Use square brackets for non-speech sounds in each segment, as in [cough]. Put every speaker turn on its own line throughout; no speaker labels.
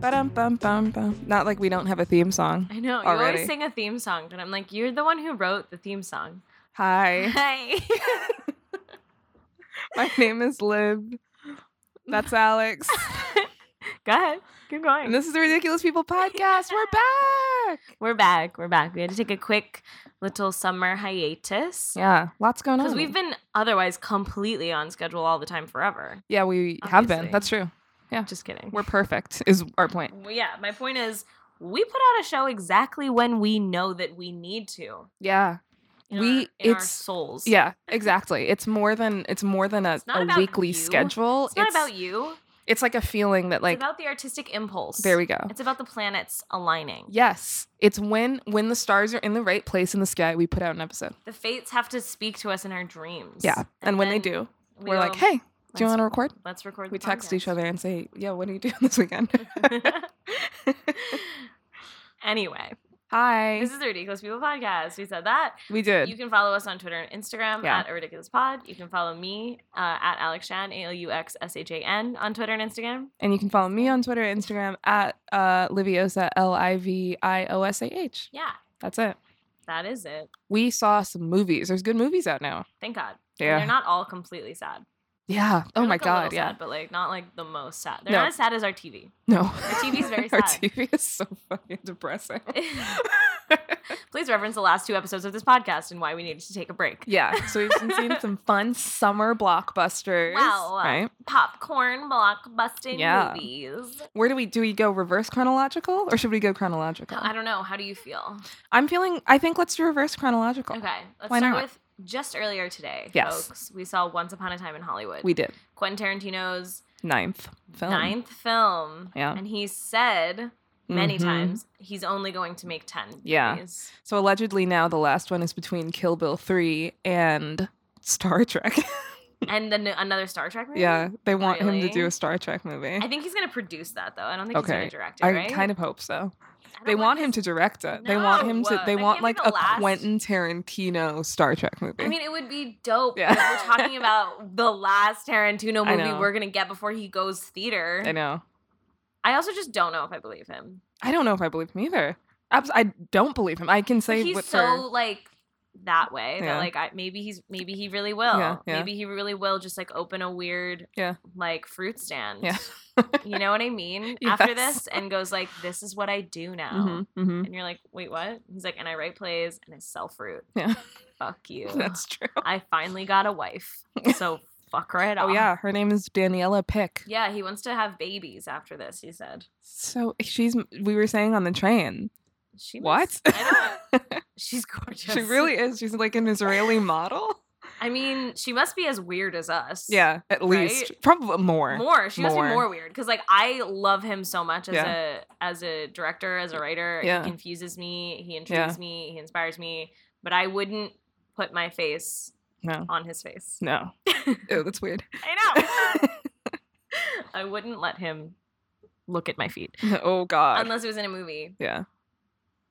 Ba-dum-bum-bum-bum. Not like we don't have a theme song.
I know. You
Already.
always sing a theme song, but I'm like, you're the one who wrote the theme song. [laughs]
Hi,
Hi.
my name is Lib. That's
[laughs]
Alex.
Go ahead. Keep going.
And this is the Ridiculous People podcast. We're back.
we're back. We're back. We had to take a quick little summer hiatus.
Yeah, lots going on.
Because we've been otherwise completely on schedule all the time forever.
Yeah, we have been.
Obviously.
That's true.
Just kidding.
We're perfect, is our point.
Well, yeah, my point is we put out a show exactly when we know that we need to.
Yeah.
in
We-
our- in our
it's-
souls.
Yeah, exactly. It's more than it's more than a,
It's not
a
about
weekly
you.
schedule.
It's not about you.
it's like a feeling that like
it's about the artistic impulse.
there we go.
It's about the planets aligning.
Yes. It's when when the stars are in the right place in the sky, we put out an episode.
The fates have to speak to us in our dreams.
Yeah. And, when they
then
do,
we
we're like,
go,
hey, do you
"Let's-
want to record?
Let's record.
We
the
text each
podcast."
other and say, yo, what are you [laughs] doing this weekend?
[laughs] anyway,
Hi.
this is the Ridiculous People podcast. We said that.
We did.
You can follow us on Twitter and Instagram
Yeah.
at a ridiculous pod. You can follow me uh, at Alex Shan, A L U X S H A N, on Twitter and Instagram.
and you can follow me on Twitter and Instagram at uh, Liviosa, L I V I O S A H.
Yeah,
That's it.
that is it.
We saw some movies. There's good movies out now.
Thank God. And
Yeah.
they're not all completely sad.
yeah. Oh
They're,
my
like, a little
God. Yeah.
sad, but like not like the most sad. They're
No.
not as sad as our TV.
No.
TV is very
[laughs] Our
sad.
TV is so fucking
[laughs]
depressing. [laughs]
Please reference the last two episodes of this podcast and why we needed to take a break.
yeah. So we've been seeing some fun summer blockbusters.
Wow.
Right?
uh, Popcorn blockbusting
Yeah.
movies.
Where do we do we go reverse chronological or should we go chronological?
I don't know. How do you feel?
I'm feeling I think let's do reverse chronological.
Okay, let's
Why
start
not?
with just earlier today,
Yes.
folks. We saw Once Upon a Time in Hollywood.
We did.
Quentin Tarantino's
Ninth film.
ninth film.
Yeah.
And he said many
Mhm.
times he's only going to make 10.
Yeah.
movies.
So allegedly now the last one is between Kill Bill 3 and Star Trek. [laughs]
And then another Star Trek movie?
yeah. They want him to do
Really?
a Star Trek movie.
I think he's going to produce that, though. I don't think he's going
Okay.
to direct it,
I
right?
kind of hope so.
I don't
They want him
his-
to direct it. They want him to
No,
they
that
want
can't
like
be the
a
last-
Quentin Tarantino Star Trek movie.
I mean, it would be dope
Yeah.
if we're
[laughs]
talking about the last Tarantino
I
movie
know.
we're going to get before he goes theater.
I know.
I also just don't know if I believe him.
I don't know if I believe him either. Abs- I don't believe him. I can
But
say
he's
with
so
her.
like that way that
Yeah.
like I, maybe he's maybe he really will.
Yeah, yeah.
Maybe he really will just like open a weird
Yeah.
like fruit stand.
Yeah.
you know what I
[laughs]
mean? After
Yes.
this and goes like this is what I do now.
Mm-hmm, mm-hmm.
And you're like, "Wait, what?" He's like, "And I write plays and I sell fruit."
Yeah.
Fuck
[laughs]
you.
That's true.
I finally got
[laughs]
a wife. So fuck right
Oh
off.
yeah, her name is Daniela Pick.
Yeah, he wants to have babies after this, he said.
So she's we were saying on the train.
She
What?
must- I
[laughs]
don't- she's gorgeous.
She really is. She's like an Israeli model.
I mean, she must be as weird as us.
Yeah, at least
Right?
probably more.
More. She must
More.
be more weird cuz like I love him so much as
Yeah.
a as a director, as a writer.
Yeah.
He confuses me, he
Yeah.
intrigues me, he inspires me, but I wouldn't put my face
No,
on his face.
[laughs] no. Ew, Oh, that's [laughs] weird.
[laughs] I know. I wouldn't let him look at my feet
oh God.
unless it was in a movie
yeah,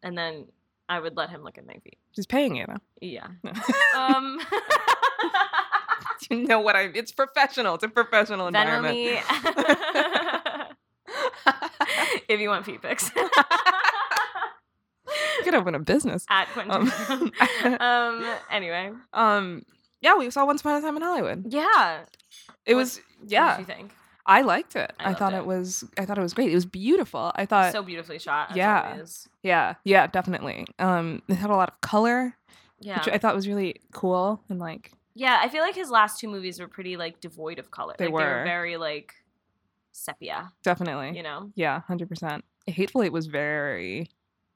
and then I would let him look at my feet.
she's paying you though.
Yeah.
No.
Um,
[laughs] you know what I? It's professional. It's a professional
[laughs] Venmo
environment.
me
[laughs]
[laughs] if you want
[laughs]
feet pics.
you could open a business.
At Quentin.
Um, [laughs]
Tarantino. Um, anyway,
Um. Yeah, we saw Once Upon a Time in Hollywood.
yeah.
It
What-
was
What did
yeah.
you think?
I liked it.
I
I,
loved
thought
it.
it. was I thought it was great. It was beautiful. I thought
so beautifully shot. As
Uh, yeah.
always.
Yeah, yeah, definitely. Um, it had a lot of color,
Yeah.
which I thought was really cool and like
yeah. I feel like his last two movies were pretty like devoid of color.
They
like, They were
were. Eh?
very like sepia.
definitely,
You know.
yeah, hundred percent. Hateful Eight was very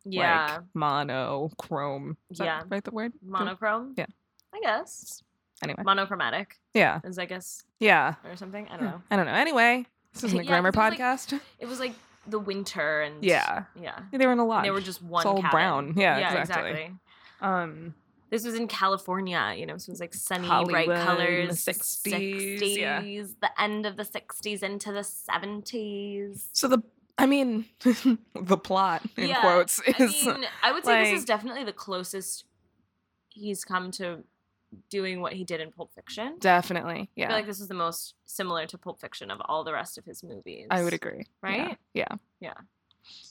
Yeah.
like monochrome. Is that
Yeah.
right the word
Monochrome.
Yeah. Eh.
I guess
anyway.
monochromatic
yeah,
is I guess
yeah.
or something. I
I
don't know.
I don't know. Anyway, this
[laughs]
isn't a
Yeah,
grammar
'cause it
podcast.
[laughs] It was like the winter and
Yeah.
yeah.
they were in a lot.
And they were just one.
all
cabin.
brown. Yeah, exactly. um,
This was in California, you know, so it was like sunny,
Hollywood
bright
in the
colors.
60s, yeah.
60s, the end of the 60s into the 70s.
so the I mean [laughs] the plot in
Yeah,
quotes
I
is
mean, I would say this is
like-
definitely the closest he's come to doing what he did in Pulp Fiction.
Definitely.
I
Yeah.
feel like this is the most similar to Pulp Fiction of all the rest of his movies.
I would agree. Yeah,
Right?
Yeah.
Yeah.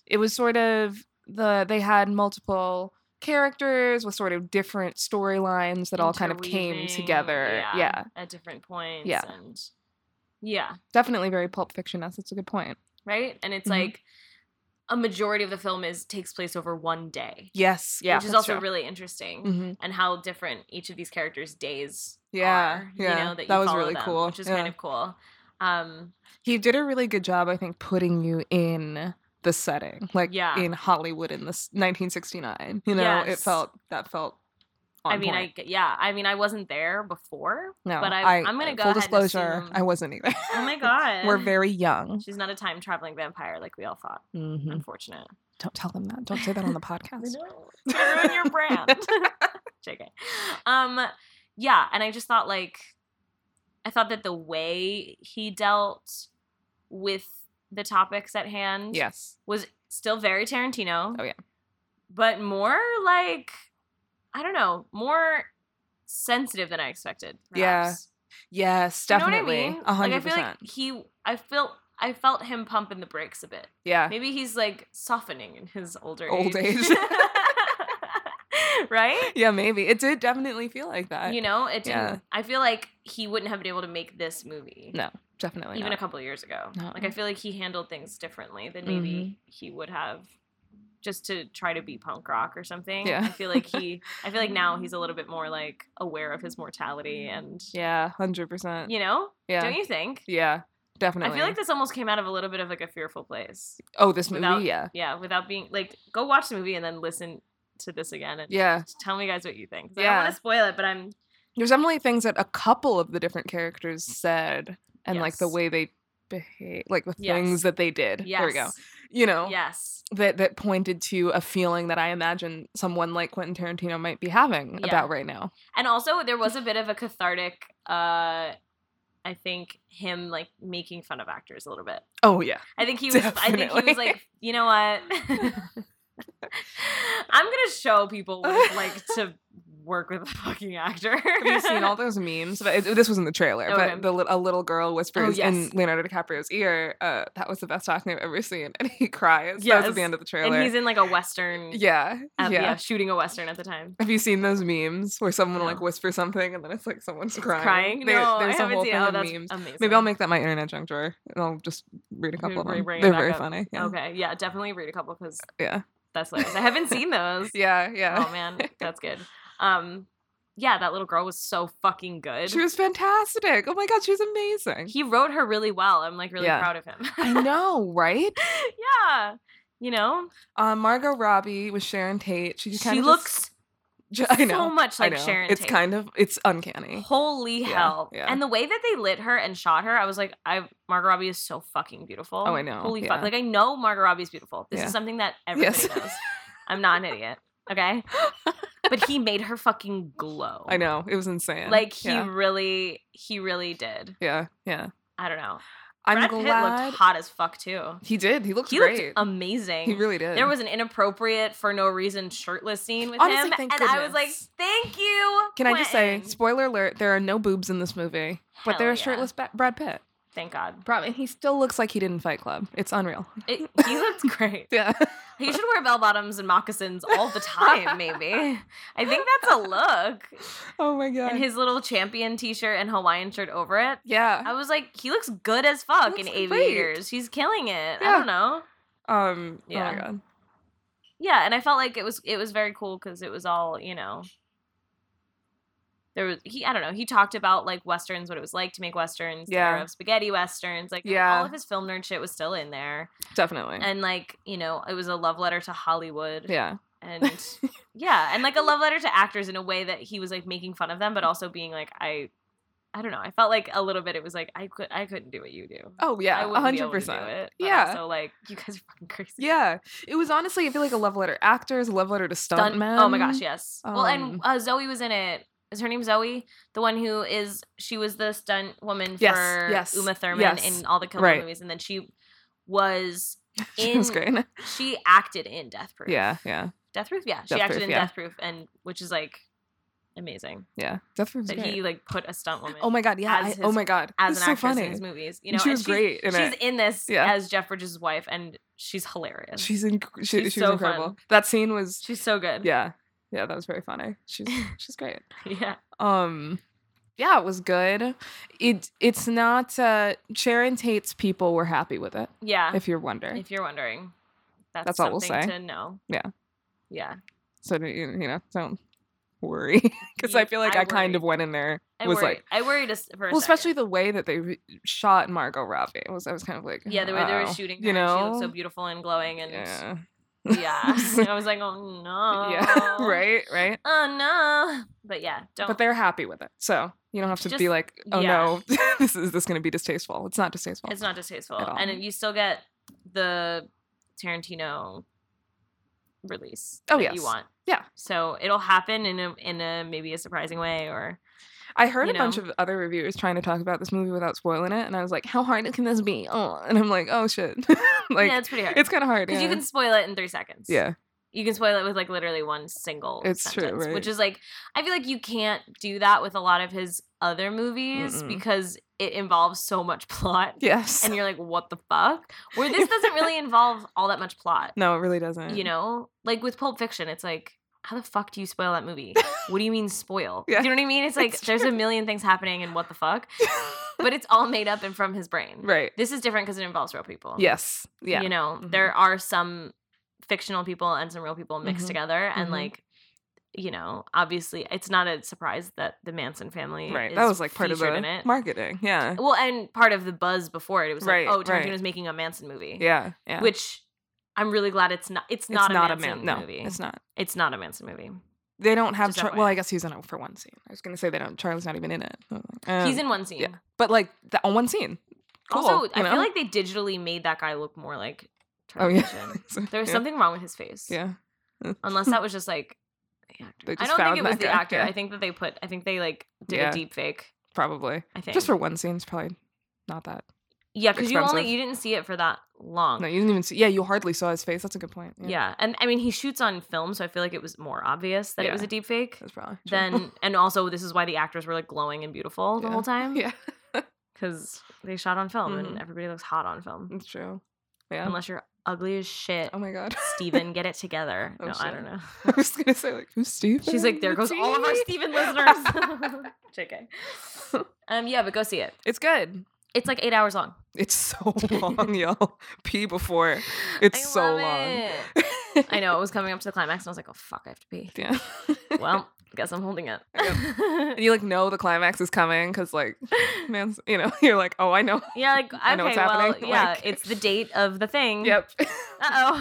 It was sort of the they had multiple characters with sort of different storylines that all kind of came
Interweaving,
together. Yeah.
At different points.
Yeah.
And yeah.
Definitely very pulp fiction esque. That's a good point.
Right. And it's
Mhm.
like a majority of the film is takes place over one day.
Yes. Yeah.
Which is also really interesting.
hmm
And how different each of these characters' days
Yeah,
are,
yeah.
you know, that,
That
you
was
follow
really
them,
cool.
which is
Yeah.
kind of cool. Um,
He did a really good job, I think, putting you in the setting, like
Yeah.
in Hollywood in this 1969. You know, it
Yes.
felt that felt. On
I mean,
point.
I yeah, I mean, I wasn't there before,
no,
but I, am gonna go
full
ahead and
disclosure.
assume-
I wasn't either. [laughs]
oh my god, [laughs]
We're very young.
She's not a time traveling vampire like we all thought.
Mhm.
Unfortunate.
Don't tell them that. Don't say that on the
[laughs]
podcast.
No, ruin your
[laughs]
brand. [laughs] JK. Um, yeah, and I just thought like, I thought that the way he dealt with the topics at hand
yes.
was still very Tarantino.
Oh, yeah.
but more like, I don't know, more sensitive than I expected.
Yeah,
perhaps.
Yes,
Do you know what I
definitely.
mean?
A
Like I
hundred
feel
percent.
like he, I felt, I felt him pumping the brakes a bit.
Yeah.
Maybe he's like softening in his older
Ah. Old age. [laughs]
[laughs] right?
Yeah, maybe. It did definitely feel like that.
you know, it didn't.
yeah.
I feel like he wouldn't have been able to make this movie
No, definitely.
even a
not.
couple of years ago.
No. Mm-hmm.
Like I feel like he handled things differently than maybe he would have just to try to be punk rock or something.
Yeah.
I feel like he I feel like now
[laughs]
he's a little bit more like aware of his mortality and
Mm. yeah, hundred percent.
you know?
Yeah.
Don't you think?
Yeah. Definitely.
I feel like this almost came out of a little bit of like a fearful place.
Oh, this movie,
without-
yeah.
Yeah, without being like go watch the movie and then listen to this again and
Yeah.
tell me guys what you think. 'Cause I
Yeah.
don't want to spoil it, but I'm
There's definitely things that a couple of the different characters said and like the
Mm. Yes.
way they behave like the
Yes.
things that they did.
yes.
There we go. You know?
Yes.
That that pointed to a feeling that I imagine someone like Quentin Tarantino might be having
Yeah.
about right now.
and also there was a bit of a cathartic uh i think him like making fun of actors a little bit
Oh yeah.
i think he was i think he
Definitely.
was like you know what [laughs] i'm gonna show people what
[laughs]
it's like to work with a fucking actor
Have you seen all those memes? But it, this was in the trailer.
Okay. Oh,
But the lit- a little girl whispers in
yes.
Leonardo DiCaprio's ear, uh, "That was the best acting I've ever seen," and he [laughs] cries. That was at
Yes.
the end of the trailer.
[laughs] and he's in like a western
yeah,
uh,
yeah.
yeah shooting a western at the time
Have you seen those memes where someone will
No.
like whispers something and then it's like someone's
It's
crying?
crying
There-
no
there's
i
a
haven't
whole
seen
thing
it. oh
of
that's
memes.
amazing
Maybe I'll make that my internet junk drawer and I'll just read a couple of
bring-
them.
bring it
They're
back
very
up. Oh,
funny. Yeah.
okay yeah definitely read a couple because
Yeah.
that's hilarious. i haven't seen those
[laughs] Yeah, yeah.
Oh man, that's good. Um, yeah, that little girl was so fucking good.
she was fantastic. Oh my god, she was amazing.
he wrote her really well. I'm like really
Yeah.
proud of him. [laughs]
I know, right?
yeah, you know,
Um, Margot Robbie was Sharon Tate. She kind
she
of
looks
I know.
so much
I
like
know.
Sharon.
It's
Tate.
kind of it's [laughs] uncanny.
holy
Yeah,
hell.
yeah.
And the way that they lit her and shot her, I was like, I Margot Robbie is so fucking beautiful.
Oh, I know,
Holy
yeah.
fuck! Like I know Margot Robbie is beautiful. This
Yeah.
is
[laughs]
something that everybody
Yes.
knows. I'm not an idiot.
[laughs]
Okay, but he made her fucking glow.
I know. It was insane.
Oh. Like he
yeah.
really, he really did.
Yeah, yeah.
I don't know.
I'm
Brad Pitt
glad
looked hot as fuck too.
he did. He looked
he
great.
looked amazing.
he really did.
There was an inappropriate for no reason shirtless scene with
Honestly,
him,
thank
and I was like,
goodness.
"Thank you."
Can I just say,
Quentin."
spoiler alert, there are no boobs in this movie, but
Hell
there
yeah.
is shirtless ba- Brad Pitt.
Thank
[laughs]
God.
Probably. He still looks like he did in Fight Club. It's unreal. [laughs]
It, he looked great.
Yeah.
He should wear bell bottoms and moccasins all the time. Maybe I think that's
[laughs]
a look.
oh my god.
And his little champion T-shirt and Hawaiian shirt over it.
yeah.
I was like, he looks good as fuck in
Uh-huh. Looks great.
aviators. He's killing it. I
Yeah.
don't know.
Um. Oh
Yeah.
my god.
yeah and i felt like it was it was very cool because it was all you know there was he i don't know he talked about like westerns what it was like to make westerns the era
Yeah.
of spaghetti westerns like
Yeah.
all of his film nerd shit was still in there
Definitely.
and like you know it was a love letter to hollywood
yeah. [laughs]
and yeah and like a love letter to actors in a way that he was like making fun of them but also being like i i don't know i felt like a little bit it was like i could i couldn't do what you do
Oh yeah.
I
A
wouldn't be
hundred
able to do
percent.
it, but
Yeah.
also like you guys are fucking crazy
Yeah. It was honestly, I feel like a love letter actors, a love letter to
Dun-
stuntmen.
Oh my gosh, yes. well, and
um,
uh, Zoe was in it. Is her name Zoe? The one who is she was the stunt woman
Yes,
for
yes,
Uma Thurman
yes,
in all the Kill Bill
right.
movies, and then she was
[laughs] she was
in-
great.
she acted in Death Proof.
[laughs] Yeah. Yeah.
Death Proof. Yeah, she
Death
acted
Proof,
in
yeah.
Death Proof, and which is like amazing
Yeah, Death Room's
that
great.
he like put a stunt woman
oh my god, yeah.
as
I-
his-
oh my god,
as
He's
an
so
actress
funny.
in his movies. You know,
And she
and
was
she's-
great. In
She's
it.
in this
Yeah.
as Jeff Bridges' wife, and she's hilarious. She's,
She's, in, she,
she's
she was
so
incredible.
fun.
That scene was
so good.
yeah, yeah. That was very funny. She's she's great.
[laughs] yeah.
um yeah it was good it it's not uh sharon tate's people were happy with it
Yeah. Ah, If,
if you're wondering
you're wondering, that's,
That's all
something
we'll say.
to know.
Yeah.
Yeah.
so you you know don't worry [laughs] because
You-
i feel like
I
i, kind of
worried.
went in there
I
was
worried.
like
I worried as for a
well
second.
especially the way that they re- shot margot robbie it was i was kind of like
yeah the way they were
"Uh-oh."
shooting. Her
you know
she looked so beautiful and glowing, and yeah,
yeah [laughs]
[laughs] I was like, oh no.
yeah [laughs] right right
Oh no. But yeah, don't.
but they're happy with it so you don't have to be
Just-
like oh
yeah.
no [laughs] this is this going to be distasteful it's not distasteful
It's not distasteful,
At all.
and you still get the Tarantino release
Oh,
that you
yes.
want.
Yeah.
So it'll happen in a in a maybe a surprising way, or
I heard
you
a bunch
know?
of other reviewers trying to talk about this movie without spoiling it, and I was like, "How hard can this be?" Oh, and I'm like, "Oh shit!" [laughs] like
yeah, it's pretty hard.
it's kind of hard.
because
Yeah.
you can spoil it in three seconds.
yeah,
You can spoil it with like literally one single
It's true,
sentence,
right?
which is like I feel like you can't do that with a lot of his other movies
Mm-mm.
because it involves so much [laughs] plot,
yes.
and you're like, what the fuck? Where this doesn't really involve all that much plot.
[laughs] no, it really doesn't. [laughs]
you know like with pulp fiction it's like how the fuck do you spoil that movie what do you mean spoil
[laughs] Yeah.
do you know what i mean it's like
It's
there's a million things happening and what the fuck but it's all made up and from his brain
right?
this is different because it involves real people
Yes. Yeah. Mm-hmm.
you know there are some fictional people and some real people mixed
Mhm.
together and
Mhm.
like you know obviously it's not a surprise that the manson family
right.
is
That was like part of
featured
the
in it
marketing. Yeah.
well and part of the buzz before it it was like
Right,
oh
right.
tarantino's making a manson movie
Yeah. Yeah.
which i'm really glad it's not it's
it's
not,
not
a manson
man. No,
movie
it's not.
it's not a Manson movie.
They don't have.
Just
Char-
FYI.
well, I guess he's in it for one scene. I was gonna say they don't. Charlie's not even in it. I'm like, um,
He's in one scene.
yeah. but like the, on one scene. Cool,
also, I
you
feel
know?
like they digitally made that guy look more like
Oh
Charlie
yeah. [laughs]
Sheen.
So,
There was
yeah.
something wrong with his face. [laughs]
Yeah.
Unless that was just like the actor.
[laughs] They
I
just
don't think
found
it was
that
the
guy,
actor.
yeah.
I think that they put I think they like did
Yeah.
a deep fake.
Probably.
I think.
Just for one scene, it's probably not that.
yeah, because you only
expensive.
you didn't see it for that long.
No, you didn't even see. Yeah, you hardly saw his face. That's a good point.
yeah. And I mean he shoots on film, so I feel like it was more obvious that it was
Yeah.
a deep fake.
that's probably true.
Then and also this is why the actors were like glowing and beautiful the
Yeah.
whole
[laughs] [laughs]
time.
yeah,
Because they shot on film and
Mhm.
everybody looks hot on film.
that's true. Yeah.
unless you're ugly as shit.
oh my
[laughs]
god, [laughs]
Steven, get it together.
Oh,
no, I
shit.
don't know.
I was gonna say like who's Steve?
She's like, there goes all of
[laughs]
our Steven listeners. [laughs] JK. Um, yeah, but go see it.
it's good.
It's like eight hours long.
It's
[laughs]
so long, y'all. [laughs] Pee before. It's
I
so
love
long.
it.
[laughs]
I know it was coming up to the climax, and I was like, oh fuck, I have to pee.
Yeah. [laughs]
Well, guess I'm holding it.
And you like know the climax is coming because like man's you know [laughs] you're like oh I know
[laughs] [laughs] yeah, like okay,
I know what's
well,
happening,
yeah,
like-
it's the date of the thing.
yep [laughs]
Uh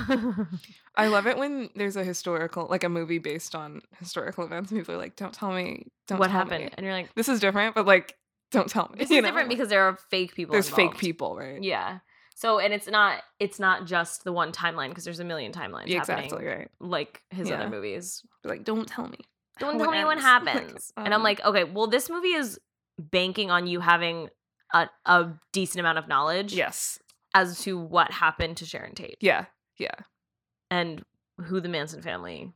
oh.
I love it when there's a historical like a movie based on historical events and people are like don't tell me don't
[laughs] what
tell
happened?
me."
And you're like,
this is different but like don't tell me
this
you
is
know?
different because there are fake people.
there's fake
involved.
people right
Yeah. So and it's not it's not just the one timeline because there's a million timelines
Yeah,
happening
exactly right
like his
Yeah.
other movies.
like don't tell me
Don't
how it
tell me what
ends. [laughs] Oh Like,
happens. and I'm
um,
like, okay, well this movie is banking on you having a, a decent amount of knowledge
yes
as to what happened to Sharon Tate
yeah yeah
and who the Manson family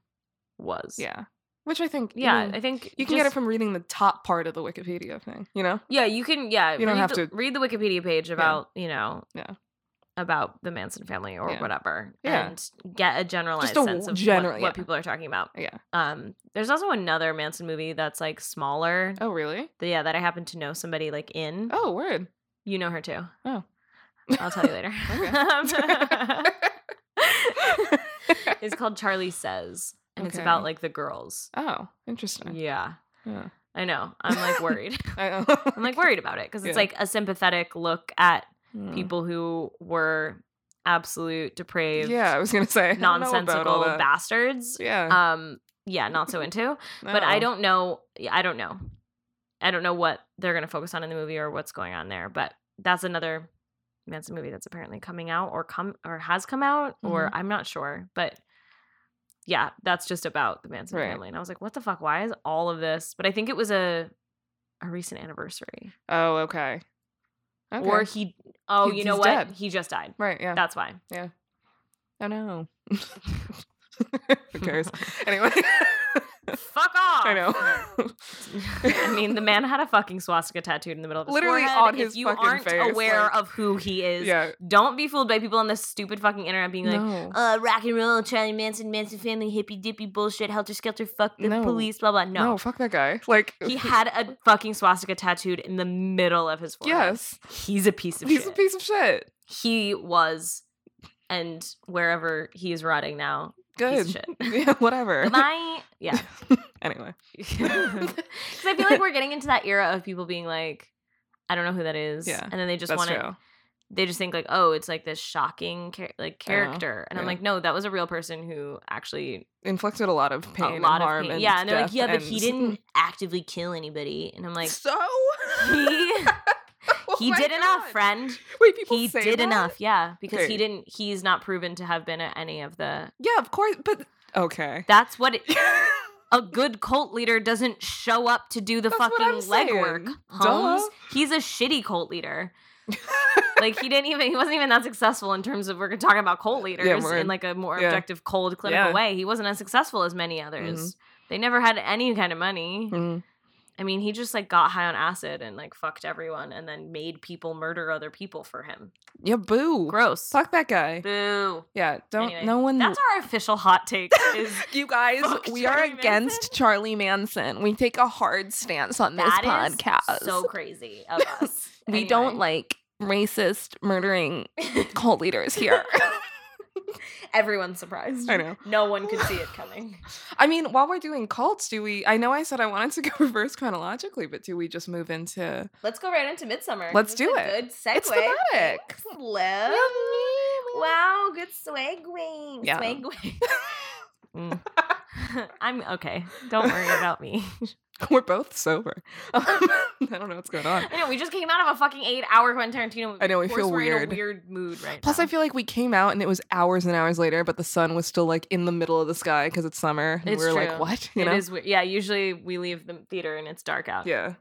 was.
yeah which i think
Yeah,
even-
I think
you can get it
just-
from reading the top part of the wikipedia thing you know
Yeah, you can yeah,
You don't
read
have
the,
to-
read the Wikipedia page about, you know.
Yeah.
About the Manson family or
Yeah.
whatever,
Yeah.
and get a generalized
a
sense of
general-
what,
yeah.
what people are talking about.
yeah
Um, there's also another Manson movie that's like smaller.
oh really
that- Yeah, that I happen to know somebody like in.
oh word
You know her too.
Oh.
I'll tell you
[laughs]
later.
Okay.
[laughs] it's called Charlie Says, and it's
Okay.
about like the girls.
oh interesting
Yeah,
yeah,
I know. I'm like
[laughs]
worried.
I know.
I'm like worried about it because it's
Yeah.
like a sympathetic look at
Hmm.
people who were absolute depraved,
yeah i was gonna say I don't know about all
nonsensical
that.
bastards.
yeah
Um, yeah, not so into. but I
no.
don't know. yeah, I don't know. I don't know what they're going to focus on in the movie or what's going on there. But that's another Manson movie that's apparently coming out or come or has come out or
Mm-hmm.
I'm not sure. But yeah, that's just about the Manson
Right.
family. And I was like, what the fuck? Why is all of this? But I think it was a a recent anniversary
oh okay, okay.
or he. Oh,
He-
you know
he's
what?
dead.
He just died.
right yeah [laughs]
That's why. [laughs]
oh no who cares anyway [laughs]
Fuck off.
I know.
[laughs] I
[laughs]
mean, the man had a fucking swastika tattooed in the middle of his
Literally
forehead.
on
if
his
you
fucking
aren't
face,
aware
like-
of who he is,
yeah.
don't be fooled by people on the stupid fucking internet being like,
no.
uh, rock and roll, Charlie Manson, Manson family, hippy dippy bullshit, helter skelter, fuck the
No.
police, blah blah.
no.
No.
fuck that
[laughs]
guy. Like,
He had a fucking swastika tattooed in the middle of his forehead.
yes,
He's a piece of
he's
shit.
a piece of shit.
he was and wherever he is rotting now,
Good.
piece of shit.
[laughs] Yeah, whatever. [laughs]
Goodbye. Yeah.
anyway,
[laughs]
[laughs]
Because I feel like we're getting into that era of people being like, I don't know who that is.
Yeah,
And then they just
that's
want
true.
to, they just think like, oh, it's like this shocking char- like character. and I'm
Uh-huh. yeah.
like, no, that was a real person who actually
Inflicted a lot of pain,
a
and
lot of
harm
pain.
and
yeah. And they're like,
death
yeah, but
and- [laughs]
he didn't actively kill anybody. And I'm like,
so
he,
[laughs] Oh
he
my
did enough,
God.
friend.
Wait, people
he
say
did
that?
enough. Yeah. Because he
Dude.
didn't, he's not proven to have been at any of the,
Yeah, of course, but [laughs]
[laughs]
okay.
that's what it, a good cult leader doesn't show up to do the
That's what
fucking
I'm
legwork.
saying.
Holmes,
Duh.
he's a shitty
[laughs]
cult leader. like he didn't even he wasn't even that successful in terms of we're talking about cult leaders
we're-
in like a more
yeah.
objective, cold, clinical
Yeah. Mm-hmm.
way. He wasn't as successful as many others. They never had any kind of money.
Mhm.
I mean, he just like got high on acid and like fucked everyone, and then made people murder other people for him.
Yeah, boo.
Gross.
Fuck that guy.
Boo.
Yeah, don't.
Anyway,
no one.
That's our official hot take. Is
[laughs] you guys,
Fuck
we
Charlie
are against
Manson?
Charlie Manson. We take a hard stance on this
that is
podcast.
so crazy of us.
[laughs] we don't
Anyway.
like racist [laughs] murdering cult leaders here.
[laughs] Everyone's surprised.
I know.
No one could see it coming.
I mean, while we're doing cults, do we? I know I said I wanted to [laughs] go reverse chronologically, but do we just move into?
Let's go right into Midsummer. 'cause
Let's
it's
do
a
it.
Good segue.
It's thematic.
Love. Wow, good swagwing.
Yeah.
Swagwing. Mm.
[laughs]
I'm okay. Don't worry about me.
[laughs] We're both sober. [laughs] I don't know what's going on.
I know we just came out of a fucking eight-hour Quentin Tarantino. movie.
I know, we
Of course
feel
we're In
weird.
a weird mood right
Plus,
now.
I feel like we came out and it was hours and hours later, but the sun was still like in the middle of the sky because it's summer. And
It's
we were
true.
like, what? You
It
know?
is weird. Yeah, usually we leave the theater and it's dark out.
Yeah.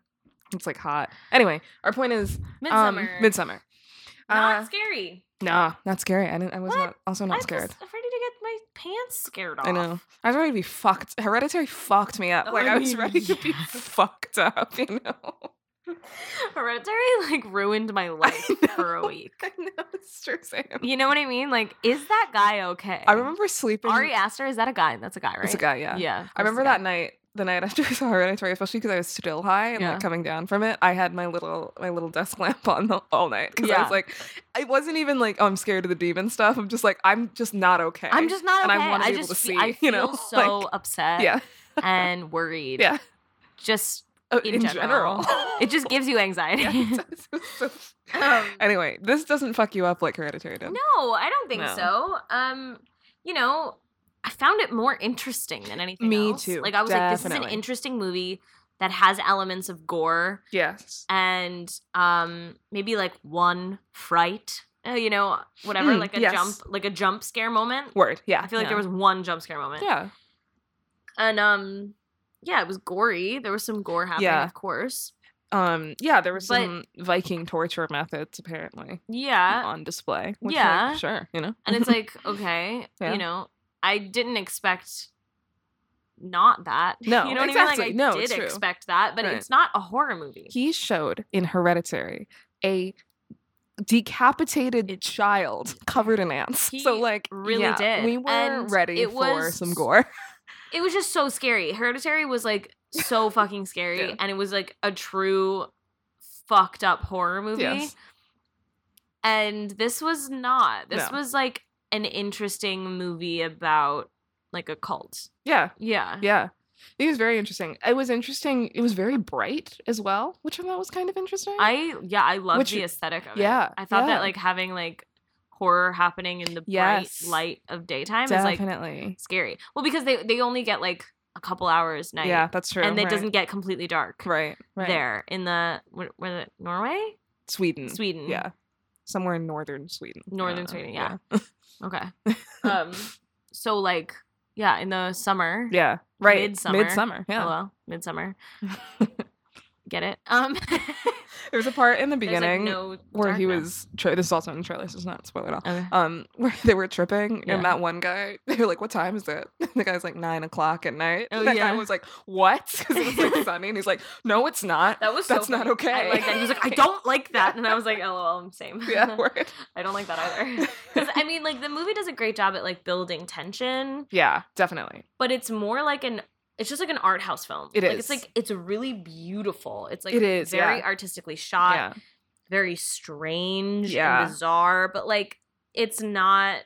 It's like hot. Anyway, our point is
Midsummer.
Um, midsummer.
Not
Uh,
scary.
nah, not scary. I didn't. I was
What?
not. Also
I
not
was
scared.
afraid to get my pants scared off.
I know. I was ready to be fucked. Hereditary fucked me up.
Oh,
like
I
I was
mean,
ready to be
yeah.
[laughs] fucked up. You
[laughs]
know.
Hereditary [laughs] like ruined my life for a week.
I know it's true, Sam.
You know what I mean? Like, is that guy okay?
I remember sleeping.
Ari Aster. Is that a guy? That's a guy, right?
It's a guy. Yeah.
Yeah.
I remember that night, the night after [laughs] I saw Hereditary, especially because I was still high and
Yeah.
like coming down from it. I had my little my little desk [laughs] lamp on the, all night because I
Yeah.
was like, it wasn't even like oh, I'm scared of the demon stuff. I'm just like I'm just not okay.
I'm just not
and
okay.
I wanna
I
be able
just
to
fe-
see,
I
you
feel
know? [laughs]
so
Like,
upset
yeah
and worried.
yeah
Just
Oh,
in,
in, general. [laughs]
[laughs] it just gives you anxiety. [laughs]
Yeah, [laughs] it's- it's- it's-
Um,
anyway, this doesn't fuck you up like Hereditary did.
no, I don't think
No.
so. Um, you know, I found it more interesting than anything.
Me
else.
too,
Like I was like, this is an
definitely.
interesting movie that has elements of gore
Yes.
and um maybe like one fright. uh, you know, whatever,
Mm,
like a
yes.
jump, like a jump scare moment.
Word. Yeah.
I feel like
yeah.
there was one jump scare moment.
Yeah.
And um yeah, it was gory. There was some gore happening,
Yeah.
of course.
Um. Yeah. There was
But-
some Viking torture methods apparently
Yeah.
on display. Which, yeah.
yeah.
sure. You know.
And it's like, okay,
Yeah.
you know, I didn't expect not that. [laughs]
No,
you know what
exactly.
I mean? Like I
No,
did
it's true.
expect that, but
Right.
it's not a horror movie.
[laughs] he showed in Hereditary a decapitated
It- [laughs]
child covered in ants. So
He
like
really
yeah,
did.
We were
And
ready
it
for
was-
some gore. [laughs]
It was just so scary. Hereditary was like
[laughs]
so fucking scary
Yeah.
and it was like a true fucked up horror movie.
Yes.
And this was not. This
No.
was like an interesting movie about like a cult.
Yeah.
Yeah.
Yeah. It was very interesting. It was interesting. It was very bright as well, which I thought was kind of interesting.
I yeah, I love
Which-
the aesthetic of it.
yeah,
I thought
yeah.
that like having like horror happening in the
Yes.
bright light of daytime is like
definitely.
scary. Well, because they they only get like a couple hours night.
yeah, that's true.
And it
right.
doesn't get completely dark
right, right.
there in the where, where the Norway?
Sweden.
Sweden.
Yeah. Somewhere in northern Sweden. I
Mm-hmm. Northern
don't know.
Sweden, yeah. [laughs] Okay. um so like yeah, in the summer. Oh,
Yeah. Right.
Midsummer. [laughs]
Midsummer. Yeah.
Hello, midsummer. get it. Um, [laughs]
There was a part in the
there's, like,
beginning
no
where he
darkness.
was. Tri- this is also in the trailer, so it's not spoiler at all.
Okay.
Um, [laughs] where they were tripping,
Yeah.
and that one guy, [laughs] they were like, "What time is it?" [laughs] And the guy's like, nine o'clock at night."
Oh,
and that
yeah.
guy was like, "What?" [laughs] Because it was
[laughs]
like sunny, and he's like, "No, it's not.
That was so
That's not
funny.
okay." [laughs]
I like that. He was like, I don't [laughs] like that, and I was like, lol, [laughs] same.
yeah, word.
I don't like that [laughs] either. Because I mean, like the movie does a great job at like building tension,
yeah, definitely.
but it's more like an it's just like an art house film.
It
like,
is.
It's like it's really beautiful. It's like
It is,
very
yeah.
artistically shot,
yeah,
very strange
Yeah.
and bizarre, but like it's not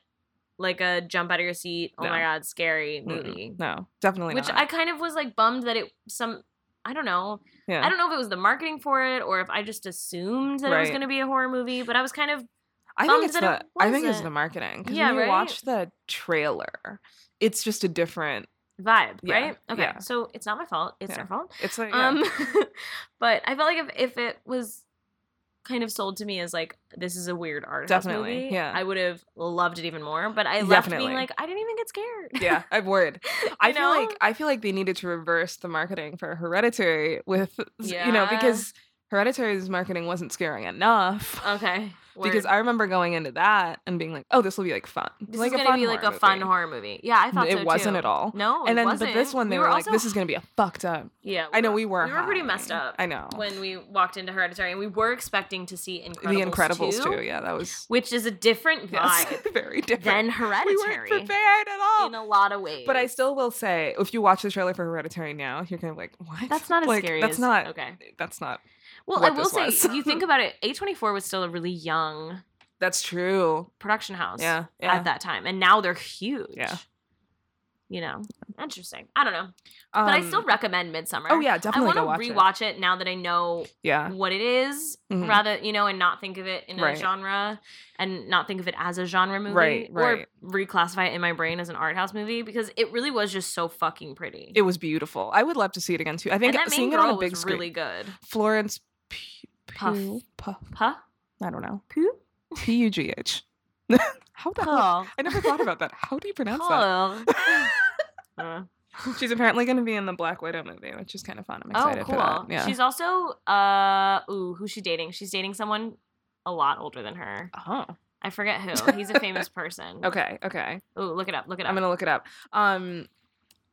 like a jump out of your seat, oh my
No.
god, scary
Mm-mm.
movie.
no, definitely
Which
not.
I kind of was like bummed that it some I don't know.
yeah.
I don't know if it was the marketing for it or if I just assumed that it
Right.
was going to be a horror movie, but I was kind of
I
bummed
think it's
that
the
it
I think it's
wasn't.
the marketing. Because
Yeah,
when you
right?
watch the trailer, it's just a different.
vibe,
Yeah,
right? Okay.
yeah.
So it's not my fault. It's
Yeah.
their fault.
It's like yeah.
Um [laughs] but I felt like if, if it was kind of sold to me as like this is a weird art house
Definitely,
movie,
yeah.
I would have loved it even more, but I left
Definitely.
being like I didn't even get scared.
yeah, I've
[laughs]
worried.
You
I feel
know?
like I feel like they needed to reverse the marketing for Hereditary with you know
Yeah.
because Hereditary's marketing wasn't scaring enough.
Okay.
[laughs] Because
word.
I remember going into that and being like, "Oh, this will be like fun.
this
like
is gonna be like a fun
movie."
horror movie. Yeah, I thought
it
so
wasn't
too.
at all.
No, it
and then
wasn't.
but this one they
We
were, like,
also-
"This is gonna be a fucked up."
[laughs] yeah.
I know we were.
we were pretty
high.
messed up
I know.
when we walked into Hereditary, and we were expecting to see Incredibles
the Incredibles
2,
too. Yeah, that was [laughs]
which is a different
yes,
vibe
very different.
than
[laughs] we weren't
Hereditary
prepared at all.
in a lot of ways.
But I still will say, if you watch the trailer for Hereditary now, you're kind of like, "What?
that's not as
like,
scary.
That's
as-
not.
okay.
That's not.
Well,
what
I will
this
say,
was. [laughs]
you think about it, A24 was still a really young
That's true.
production house
Yeah. Yeah.
at that time, and now they're huge.
Yeah.
You know, interesting. I don't know, but I still
Um,
recommend Midsummer.
Oh yeah, definitely
I
go watch
want to
it.
rewatch it. now that I know
Yeah.
what it is,
Mhm.
rather you know, and not think of it in a
Right.
genre, and not think of it as a genre movie,
Right, right.
or reclassify it in my brain as an art house movie because it really was just so fucking pretty.
It was beautiful. I would love to see it again too. I think
and that main
seeing
girl
it on a big
was
screen.
really good.
Florence P-
Puff.
Pugh- Puff. [laughs]
Huh?
I don't
[laughs]
know.
Pooh?
P U G H. [laughs] How the hell?
Paul.
I never thought about that. How
[laughs]
do you pronounce
Paul.
[laughs]
[laughs]
that?
Uh.
She's apparently going to be in the Black Widow movie, which is kind of fun. I'm excited
oh, cool.
for that. Yeah.
She's also uh ooh, who's she dating? She's dating someone a lot older than her.
oh.
I forget who. He's a
[laughs]
famous person.
Okay. Okay.
Ooh, look it up. Look it up.
I'm going to look it up. Um,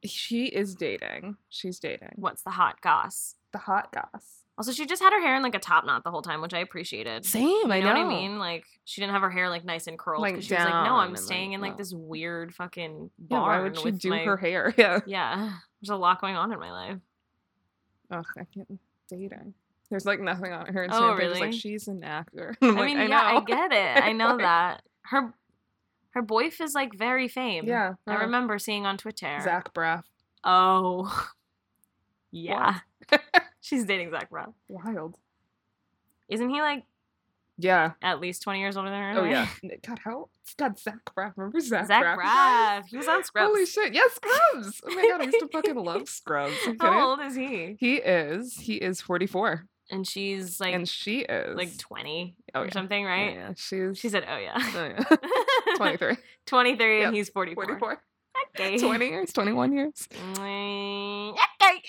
she is dating. She's dating
What's the hot goss?
the hot goss.
Also, she just had her hair in like a top knot the whole time, which I appreciated.
Same. I
you
know.
know, what I mean? Like she didn't have her hair like nice and curled
Like,
because she was like, no,
down
I'm
and, like,
staying in like
no.
this weird fucking
Yeah,
barn.
why would she
with
do
my-
her hair? Yeah.
[laughs] Yeah, there's a lot going on in my life.
Ugh, I can't dating. There's like nothing on her.
Oh,
Instagram page. It's like
really?
she's an actor. [laughs] I'm
I
like,
mean, yeah, I
know.
get
[laughs]
it. I know
Like-
that her her boyf is like very famed.
Yeah,
I
uh,
remember seeing on Twitter.
Zach Braff.
Oh. [laughs] Yeah.
[laughs]
She's dating Zach Braff.
Wild.
Isn't he like
Yeah.
at least 20 years older than her?
Oh
anyway?
yeah. God, how God Zach Braff. Remember Zach,
Zach
Braff? you guys?
Braff. He was on Scrubs.
[laughs] Holy shit! Yes, Scrubs. Oh my god, I used to
[laughs]
fucking love Scrubs. Are you kidding?
How old is he?
He is. He is 44,
And she's like
and she is
like 20
Oh,
or
yeah.
something,
Yeah,
right?
Yeah, she's
She said, oh yeah.
oh, yeah. [laughs]
[laughs]
23,
23
Yep.
and he's 44.
44, [laughs]
Okay.
20 years, 21 years.
Mm, okay.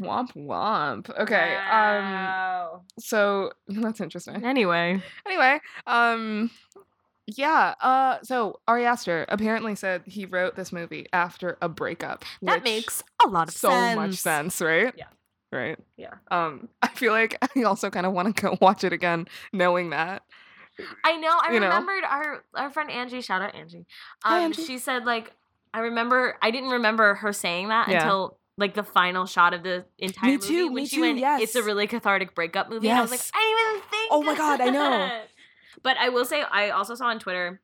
Womp womp. Okay. Um.
Wow.
So [laughs] that's interesting.
Anyway.
anyway, um yeah, uh so Ari Aster apparently said he wrote this movie after a breakup.
That
which-
makes a lot of
so
sense.
much sense, right?
Yeah.
Right.
Yeah.
Um [laughs] I feel like I also kind of want to go [laughs] watch it again knowing that.
I know. I
you know?
remembered our our friend Angie. Shout out Angie. Um,
Hi, Angie.
She said like I remember. I didn't remember her saying that
Yeah.
until like the final shot of the entire
Me too,
movie when
me
she
too,
went.
yes.
It's a really cathartic breakup movie. And I was like,
Yes.
I didn't even think.
Oh my God, I know.
that." But I will say, I also saw on Twitter.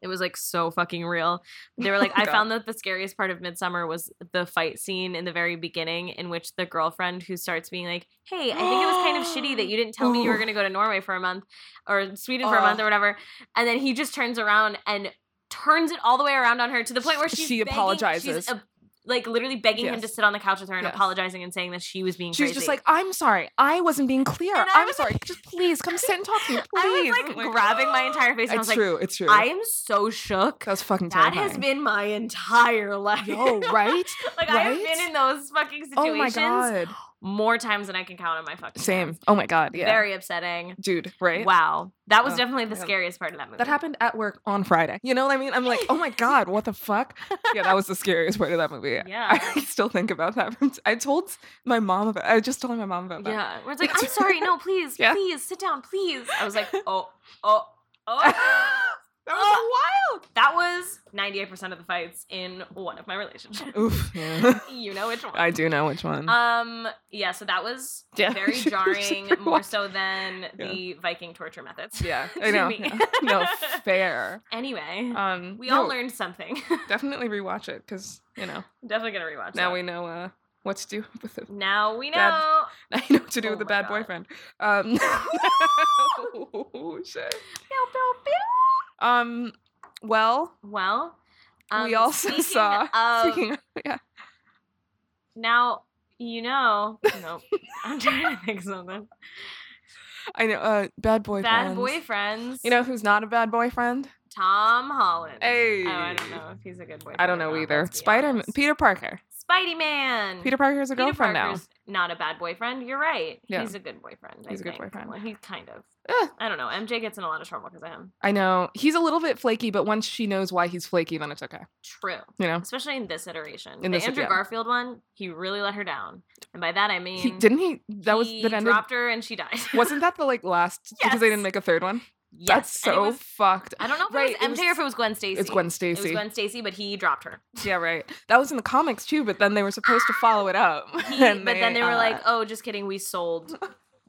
It was like so fucking real. They were like,
[laughs]
I
God.
found that the scariest part of Midsummer was the fight scene in the very beginning, in which the girlfriend who starts being like, "Hey, I think it was kind of
[gasps]
shitty that you didn't tell me you were
Ooh.
gonna go to Norway for a month, or Sweden for a
Ugh.
month, or whatever," and then he just turns around and turns it all the way around on her to the point where she's
She
begging-
apologizes.
she's, uh, like literally begging him to
Yes.
sit on the couch with her and
Yes.
apologizing and saying that she was being
She was
crazy.
just like, "I'm sorry. I wasn't being clear.
And I
I'm
was
sorry. Just please come sit and talk to me, please."
[laughs] I was
I'm
like, grabbing my entire face and I
It's
was like,
true. It's true.
I am so shook.
that was fucking
That
terrifying.
has been my entire
[laughs]
life.
Yo, right?
[laughs] like I have
right?
been in those fucking situations
Oh my god.
more times than I can count on my fucking
Same.
hands.
Oh my god. Yeah.
Very upsetting.
Dude. Right.
Wow. That was
Oh,
definitely the
yeah.
scariest part of that movie.
That happened at work on Friday. You know what I mean? I'm like, oh my god, what the fuck? Yeah, that was the scariest part of that movie.
[laughs] Yeah.
I [laughs] still think about that. [laughs] From t- I told my mom about. I just told my mom about that.
Yeah. Where it's like, [laughs] I'm sorry, no, please,
Yeah.
please, sit down, please. I was like,
[laughs]
oh, oh, oh.
That
was wild. That was 98% of the fights in one of my relationships. [laughs]
Oof. yeah.
you know which one.
I do know which one.
Um. Yeah. So that was
Yeah. [laughs]
very jarring,
Super
more
wild.
so than
Yeah.
the Viking torture [laughs] methods.
yeah, I
to
know.
me.
yeah. [laughs]
[laughs]
No fair.
Anyway,
Um,
we
no,
all learned something. [laughs]
Definitely rewatch it because you know
Definitely gonna rewatch.
now
that.
we know uh, what to do [laughs] with the
Now we
Bad-
know.
[laughs] I know what to do
Oh
with a
my
bad
God.
boyfriend.
[laughs]
Um, [laughs] oh, shit.
Pew, pew, pew.
Um, well,
Well, um,
we also
speaking
saw. [laughs]
Of,
speaking of-
now you know.
[laughs]
Nope. I'm trying to think of something.
I know, uh, bad boyfriend.
Bad boyfriends.
You know who's not a bad boyfriend?
Tom Holland.
Hey.
Oh, I don't know if he's a good boyfriend.
I don't
or
know
not,
either.
let's be
Spider
honest.
Peter Parker.
Spidey Man.
Peter Parker is a girlfriend now.
Not a bad boyfriend. You're right.
Yeah.
He's a good boyfriend. I
He's a good
think.
boyfriend.
Well, he's kind of.
Eh.
I don't know. MJ gets in a lot of trouble because of him.
I know he's a little bit flaky, but once she knows why he's flaky, then it's okay.
True.
You know,
Especially in this iteration.
In
the
this-
Andrew
yeah.
Garfield one, he really let her down. And by that I mean
he didn't he. That was
he
that ended.
dropped her and she died.
Wasn't that the like last because they didn't
Yes.
make a third one?
[laughs] yes.
That's
and it
so
was-
fucked.
I don't know if
Right,
it
it
was MJ or
was-
if it was Gwen Stacy.
It's Gwen
It was
Stacy.
Gwen Stacy, but he
[laughs]
dropped her.
Yeah, right. That was in the comics too, but then they were supposed to follow it
[gasps]
up. [laughs]
He, but then they were like,
uh,
"Oh, just kidding. We sold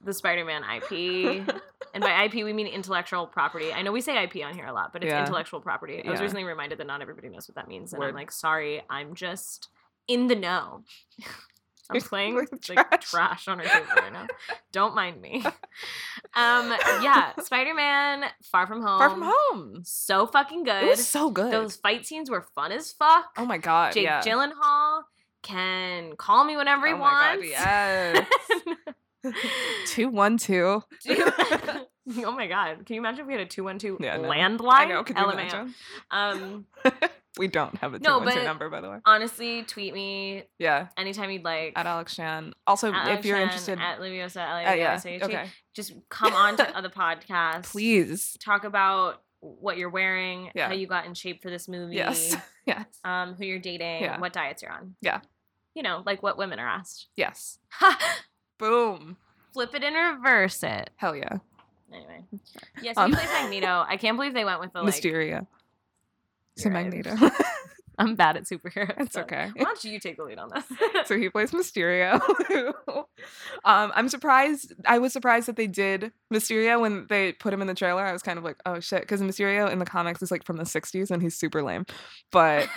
the Spider-Man
[laughs]
IP." and by IP, we mean intellectual property. I know we say IP on here a lot, but it's
Yeah.
intellectual property. I was
Yeah.
recently reminded that not everybody knows what that means, and I'm
Word.
like, "Sorry, I'm just in the know." [laughs] I'm
You're
playing like
like
trash.
trash.
on our table
[laughs]
right now. Don't mind me. Um,
[laughs]
yeah, Spider-Man: Far From Home.
Far from home.
So fucking um, good.
It was so good.
Those fight scenes were fun as fuck.
oh my god.
Jake
yeah.
Gyllenhaal can call me whenever he
Oh my god,
wants. [laughs]
yes. [laughs] two one two. [laughs]
Dude. [laughs] oh my god! Can you imagine if we had a two-one-two
Yeah, I know.
landline?
I know. Could you
LMAO.
imagine?
Um,
We don't have a two
No,
one two
but-
number, by the way.
honestly, tweet me
Yeah.
anytime you'd like.
At Alex Shan. Also,
At
if you're
Alexian,
interested,
at E Liviosa,
uh, yeah.
LAVIOSA.
Okay.
Just come
[laughs]
on to the podcast.
Please. [laughs]
talk about what you're wearing,
Yeah.
how you got in shape for this movie,
Yes. [laughs] Yes.
um, who you're dating,
Yeah.
what diets you're on.
Yeah.
You know, like what women are asked. [laughs]
Yes. Boom.
Flip it and reverse it.
Hell yeah.
Anyway. Yes, yeah, so
Um,
he plays
[laughs]
Magneto. I can't believe they went with the like
Mysteria. So
you're right.
Magneto.
I'm bad at
[laughs]
superheroes.
it's
so
okay.
Why don't you take the lead on this?
so he plays Mysterio. [laughs] um, I'm surprised. I was surprised that they did Mysterio when they put him in the trailer. I was kind of like, oh shit, because Mysterio in the comics is like from the '60s and he's super lame,
[laughs]
but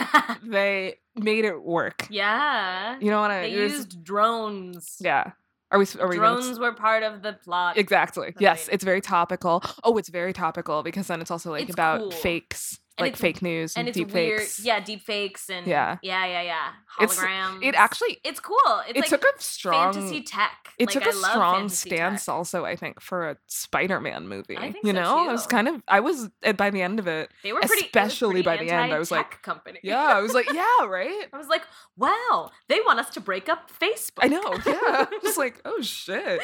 they made it work.
yeah.
You know what I
They
it was-
used drones.
Yeah. Are we? Are we? gonna s-
drones were part of the plot.
exactly.
That's
yes,
right.
it's very topical. Oh, it's very topical because then it's also like
It's
about
cool.
fakes,
And
like
it's-
fake news and,
and it's
deep
weird.
fakes.
Yeah, deep fakes and
Yeah.
yeah, yeah, yeah.
It's- it
Holograms.
It actually.
it's cool. It's
it
like
took a strong.
fantasy tech.
it
like,
took
a
a strong
tech.
stance also i think for a spider-man movie
I think
you
so,
know i was
too.
kind of i was uh, by the end of
[laughs]
it
They were pretty,
especially
especially
by
pretty
the end, I was like,
anti-tech company.
yeah i was like yeah right
[laughs] I was like, wow, they want us to break up Facebook. Oh
i know yeah [laughs] just like oh shit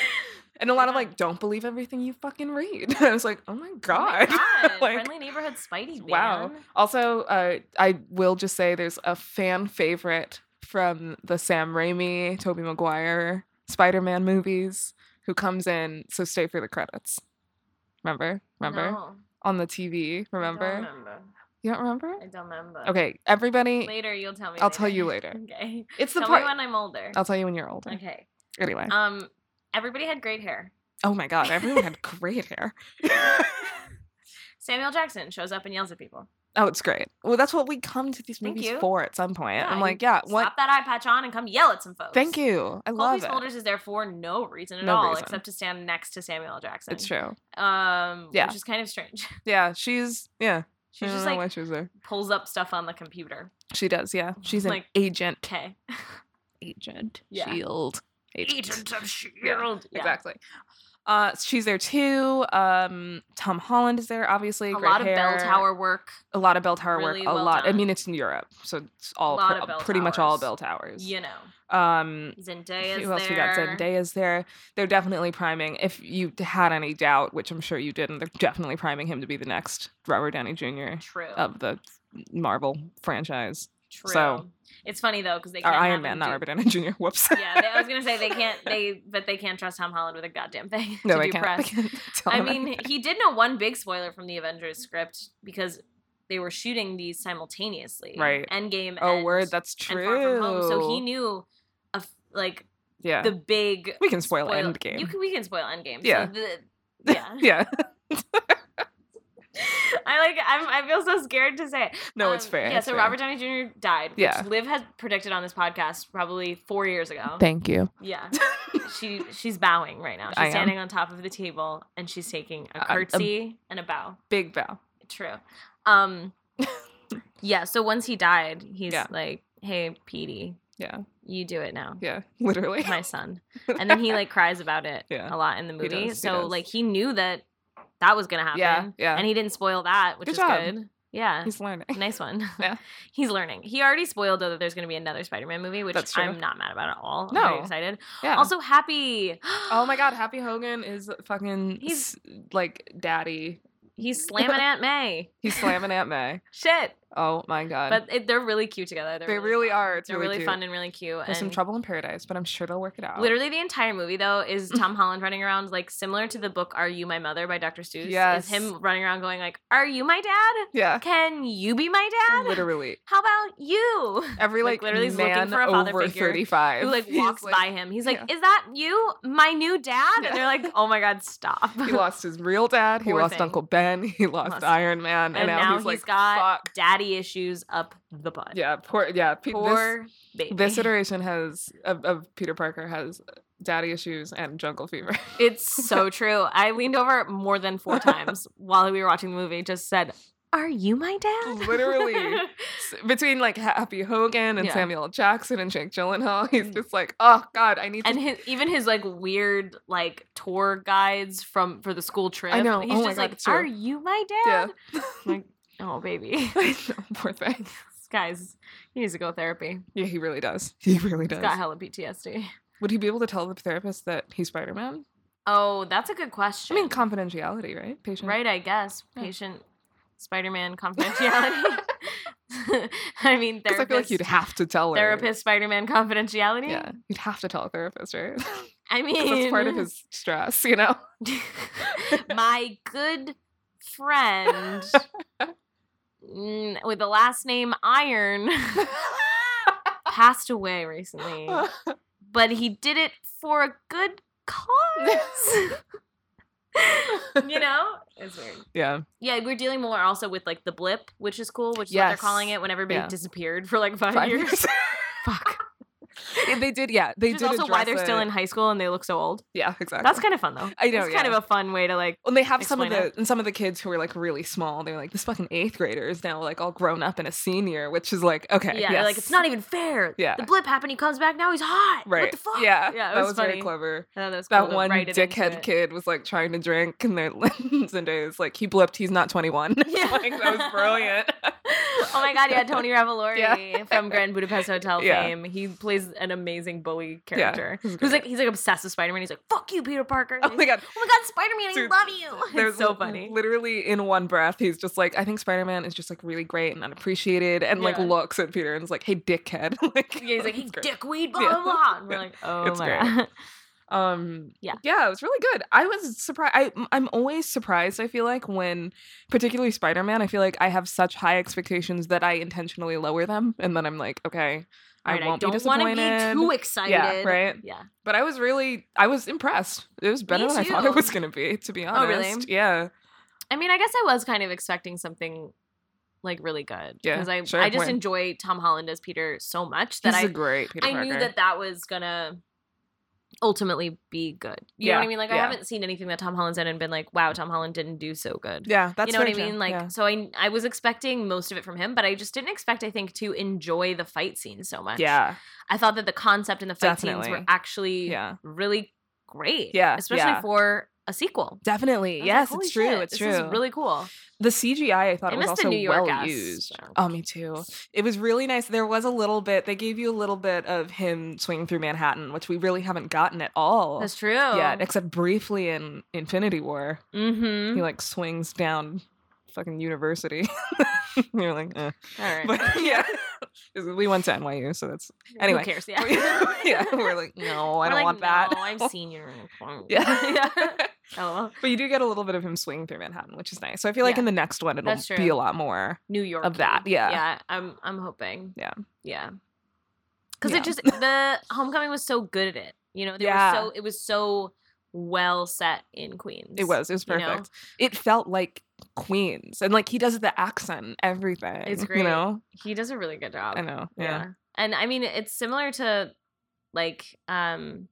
and a lot of
Yeah.
like don't believe everything you fucking read [laughs] i was like oh my god, [laughs]
Oh my God,
Like,
friendly neighborhood Spidey.
wow
man.
also uh, i will just say there's a fan favorite from the sam raimi toby maguire spider-man movies who comes in so stay for the credits remember remember
No,
on the TV.
I don't
Remember?
remember.
You don't remember?
I don't remember.
Okay, everybody.
Later, you'll tell me.
I'll tell you later.
[laughs] Okay.
It's the
tell
part. Oh.
me when I'm older.
I'll tell you when you're older.
okay.
Anyway.
Um, everybody had great hair.
oh my God, everyone had great hair.
Samuel Jackson shows up and yells at people.
Oh, it's great. Well, that's what we come to these
Thank
movies
you.
for at some point.
Yeah,
I'm
you
like, yeah, what?
Slap that eye patch on and come yell at some folks.
Thank you. I
Colby
love it.
Smulders is there for no reason at
No
all,
reason.
except to stand next to Samuel L. Jackson.
It's true.
Um,
Yeah.
which is kind of strange. [laughs]
Yeah, she's yeah.
She
I don't
just
know
like
why she was there.
pulls up stuff on the computer.
She does. Yeah, she's an
like-
agent.
Okay.
Agent.
Yeah.
Shield. [laughs]
Agent of Shield. E Yeah.
E Exactly. Uh, she's there too. Um, Tom Holland is there, obviously.
A
great
lot of bell
hair.
tower work.
a lot of bell tower
Really
work a
well
lot i
done.
mean it's in europe so it's all
Lot
pre-
of bell
pretty much all
towers.
bell towers
You know,
Um,
Zendaya's
who else
there.
we got? Zendaya's there. They're definitely priming. If you had any doubt, which I'm sure you didn't, they're definitely priming him to be the next Robert Downey Jr.
True.
of the Marvel franchise.
True.
Oh, so-
it's funny though because they
Or
can't have
Iron
him
Man, not
do-
Robert Downey Jr. [laughs] Whoops.
[laughs] yeah, they, I was gonna say they can't. They but they can't trust Tom Holland with a goddamn thing [laughs]
no,
to
I
do
can't. I,
press.
can't [laughs] tell
I
him
mean, he did know one big spoiler from the Avengers script because they were shooting these simultaneously.
Right.
Endgame.
oh,
and,
word, that's
and
true.
Far From Home. So he knew, of like
yeah.
the big
we can spoil,
spoil-
Endgame.
You can, we can spoil Endgame.
Yeah.
So the, yeah.
[laughs]
[laughs]
yeah.
I like. I'm, I feel so scared to say it.
No, it's
Um,
fair.
Yeah.
it's
So
fair.
Robert Downey Jr. died. Which
Yeah.
Liv had predicted on this podcast probably four years ago.
Thank you. [laughs]
Yeah. she she's bowing right now. She's
I am. Uh, um,
standing on top of the table and she's taking
A-
a
a-
curtsy and a bow.
Big bow.
True.
[laughs]
Um Yeah, so once he died, he's
Yeah.
like, "Hey, Petey,
Yeah.
you do it
[laughs]
now."
Yeah. Literally.
My son. And then he like cries about it
[laughs] Yeah.
a lot in the movie.
does, he
so
does.
like he knew that that was going to happen.
yeah. Yeah.
And he didn't spoil that, which
Good
is
job.
good. Yeah.
He's learning.
[laughs] Nice one.
Yeah.
He's learning. He already spoiled though that there's going to be another Spider-Man movie, which
That's true.
I'm not mad about at all. I'm
No.
very excited.
Yeah.
Also happy. [gasps]
oh my God, Happy Hogan is fucking
He's-
s- like daddy.
He's slamming Aunt May.
He's slamming Aunt May.
Shit.
Oh my God.
But it, they're really cute together. They're
they really
fun.
are. It's
They're
really,
really,
cute.
fun and really cute.
There's some
and
trouble in paradise, but I'm sure they'll work it out.
Literally, the entire movie though
[laughs]
is Tom Holland running around like similar to the book "Are You My Mother" by Dr. Seuss.
Yes.
is him running around going like, "Are you my dad? [laughs]
Yeah.
Can you be my dad?
Literally.
How about you?" [laughs]
Every like,
Like, literally he's looking
man
for a father
over
figure
35
Who like
he's,
walks
like-
by him? He's like,
yeah.
"Is that you, my new dad?"
Yeah.
And they're like, "Oh my
[laughs]
god, stop!"
He lost his real dad. He
Poor
lost
thing.
Uncle Ben. [laughs] He lost,
Lost-
Iron Man.
and
And, now,
now
he's, like,
he's got- [laughs]
fuck.
Daddy issues up the butt.
Yeah, poor. Yeah, Pe- this-
poor baby.
this, iteration has of, of Peter Parker has daddy issues and jungle fever.
It's
[laughs]
so true. I leaned over more than four times while we were watching the movie. Just said, "Are you my dad?"
Literally. S- Between like Happy Hogan and
Yeah. Mm.
Samuel L. Jackson and Jake Gyllenhaal, [laughs] he's just like, oh god, I need.
[laughs]
[laughs]
and
to-
his, even his like weird like tour guides from for the school trip.
I know.
He's
Oh my
just
God,
like,
it's true.
"Are you my
yeah, [laughs]
dad?" I'm like, oh baby,
I know, poor thing.
this guy's he needs to go therapy.
Yeah, he really does. He really
He's
does.
got hella PTSD.
Would he be able to tell the therapist that he's Spider Man?
Oh, that's a good
I
question.
mean, confidentiality, right? Patient.
right? I guess
Mm. Yeah.
patient. Spider-Man
[laughs]
confidentiality. [laughs] I mean,
Because I feel like
therapist,
you'd have to tell her.
therapist Spider-Man confidentiality.
Yeah, you'd have to tell a therapist, right? [laughs] 'Cause
I mean,
That's part of his [laughs] stress, you know.
[laughs] my good friend mm, with the last name
[laughs]
Iron passed away recently, but he did it for a
[laughs]
good cause. [laughs] you know, it's weird.
yeah,
Yeah, we're dealing more also with like the blip, which is cool, which is what they're
Yes.
calling it when everybody
Yeah.
disappeared for like five,
five
[laughs] years.
years.
Fuck.
[laughs] Yeah, they did. Yeah, they
which is
did.
also why
address
they're still
it.
in high school and they look so old.
Yeah, exactly.
That's kind of fun though.
I know,
It's kind
yeah.
of a fun way to like
When they have some of
Explain
the
it.
and some of the kids who are like really small, they're like this fucking eighth grader is now like all grown up and a senior, which is like okay,
Yeah, they're like
yes.
it's not even fair.
Yeah.
the blip happened. He comes back now. He's hot.
right.
What the fuck?
Yeah,
yeah, it
that
was,
was, very
funny.
clever.
I thought that was
That
cool to
one
write it into
dickhead
it.
kid was like trying to drink, and their [laughs] Zendaya is like he blipped, he's not twenty one.
Yeah.
[laughs] like that
[laughs]
was brilliant. [laughs]
oh my god, yeah, Tony Revolori
Yeah.
from Grand Budapest
[laughs]
Hotel
Yeah.
fame. He plays an amazing bully
Yeah,
character.
he's
Who's
great.
like he's like obsessed with Spider Man. He's like, fuck you, Peter Parker.
Oh my
[laughs]
god,
oh my god, Spider Man, I
Dude,
love you. [laughs]
There's
It's so
li-
funny.
Literally in one breath, he's just like, I think Spider Man is just like really great and unappreciated, and like
Yeah.
looks at Peter and is like, Hey, dickhead. [laughs] like
Yeah, he's like,
it's
he's
great.
dickweed, blah
Yeah.
blah blah. And we're
Yeah.
like, oh
It's
my
great.
god.
Um,
Yeah.
yeah, it was really good. I was surprised. I I'm always surprised. I feel like when, particularly Spider Man, I feel like I have such high expectations that I intentionally lower them, and then I'm like, okay,
Right,
I won't
don't
be
wanna
disappointed.
be too excited.
yeah, right.
Yeah.
But I was really, I was impressed. It was better than I thought
too.
it was going to be, to be honest.
Oh, really?
Yeah.
I mean, I guess I was kind of expecting something like really good
Yeah,
because I
sure,
I just
when-
enjoy Tom Holland as Peter so much that
He's a
I
great Peter
I knew
Parker.
that that was gonna ultimately be good. You know what I
Yeah,
mean? Like I
yeah.
haven't seen anything that Tom Holland's in and been like, wow, Tom Holland didn't do so good.
Yeah, that's
you know what I
very true.
mean? Like
Yeah.
so I I was expecting most of it from him, but I just didn't expect I think to enjoy the fight scenes so much.
yeah,
I thought that the concept and the fight scenes were
Definitely.
actually
yeah,
really great.
Yeah,
Especially
yeah.
for a sequel.
Definitely.
I was like,
Yes,
"Holy
it's true.
shit,
It's
this
true.
Is really cool.
the CGI I thought
I
was
missed
also
the New York
well
ass,
used.
so.
Oh, me too. It was really nice. There was a little bit. They gave you a little bit of him swinging through Manhattan, which we really haven't gotten at all
That's true.
yet, except briefly in Infinity War. [laughs]
Mm-hmm.
He like swings down fucking university. [laughs] You're like, eh.
All right.
but [laughs]
[laughs]
yeah, 'Cause we went to NYU, so that's [laughs] anyway.
Who cares? Yeah. [laughs]
yeah, we're like, no, I
We're
don't
like,
want that. [laughs]
No, I'm senior. [laughs]
Yeah.
Oh,
But you do get a little bit of him swinging through Manhattan, which is nice. So I feel like
Yeah.
in the next one, it'll
That's true.
be a lot more.
New York
that, yeah.
Yeah. I'm. I'm hoping.
Yeah.
Yeah. Because
Yeah.
it just
[laughs]
the homecoming was so good at it. You know, they
Yeah.
were so it was so well set in Queens.
It was. It was
you know?
perfect. It felt like Queens, and like he does the accent, everything.
It's
You
great.
know.
He does a really good job.
I know. Yeah.
And I mean, it's similar to like um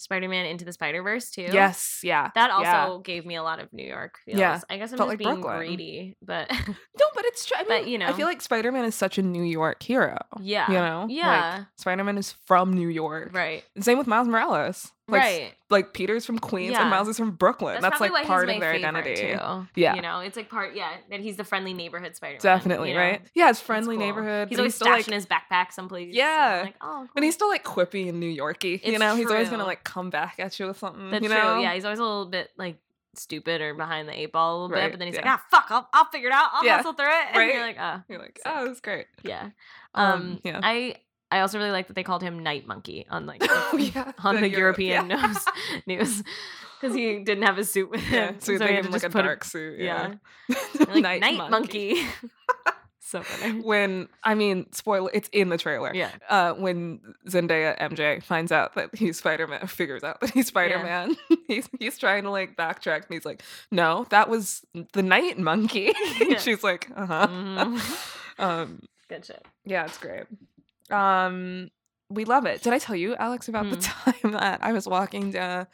Spider-Man into the Spider-Verse too.
Yes. Yeah.
That also
Yeah.
gave me a lot of New York feels.
Yeah.
I guess I'm
Felt like
just being
Brooklyn.
greedy,
[laughs]
but [laughs]
No, but it's true. I mean,
But,
you
you
know, I
know.
feel like Spider Man is such a New York hero.
yeah.
You know.
Yeah.
Spider Man is from New York.
Right.
And Same with Miles Morales. Like, s-
right.
Like Peter's from Queens
Yeah.
and Miles is from Brooklyn. That's,
probably why
like
he's
part
my
of their
favorite,
identity.
too.
Yeah.
You know, it's like part yeah, that he's the friendly neighborhood Spider-Man.
Definitely.
you know?
Right.
It's
Yeah. It's friendly
cool.
neighborhood.
He's
but
always
still, like,
stashing his backpack someplace. and I'm
Yeah.
Like, oh,
But
cool."
he's still like quippy and New Yorky. You
It's
know, he's always gonna
true.
like come back at you with something.
That's
you know?
true. Yeah, he's always a little bit like stupid or behind the eight ball a little
Right,
bit, but then he's
yeah.
like, ah, fuck, I'll, I'll figure it out. I'll
Yeah.
hustle through it. And
Right.
you're like, ah,
You're like,
Sick.
oh, it was great.
yeah. Um,
Um, yeah.
I I also really like that they called him Night Monkey on like
[laughs] Oh,
the-
yeah,
[laughs] on
the
the,
Europe- yeah.
European [laughs] news news because he didn't have his suit with
[laughs] Yeah,
him,
so they
he
gave him like a
put
dark suit. Yeah.
yeah,
[laughs]
[laughs] They're like Night, Monkey. [laughs] so funny.
When I mean, spoiler, it's in the trailer. [laughs]
Yeah,
Uh, when Zendaya MJ finds out that he's Spider Man, [laughs] figures out that he's Spider Man, [laughs] he's he's trying to like backtrack, and he's like, "No, that was the Night
[laughs]
Monkey." [laughs] And
Yeah.
She's like, "Uh huh."
Mhm.
[laughs] Um,
good shit.
yeah, it's great. Um, we love it. Did I tell you, Alex, about the [laughs]
Hmm.
time that I was walking down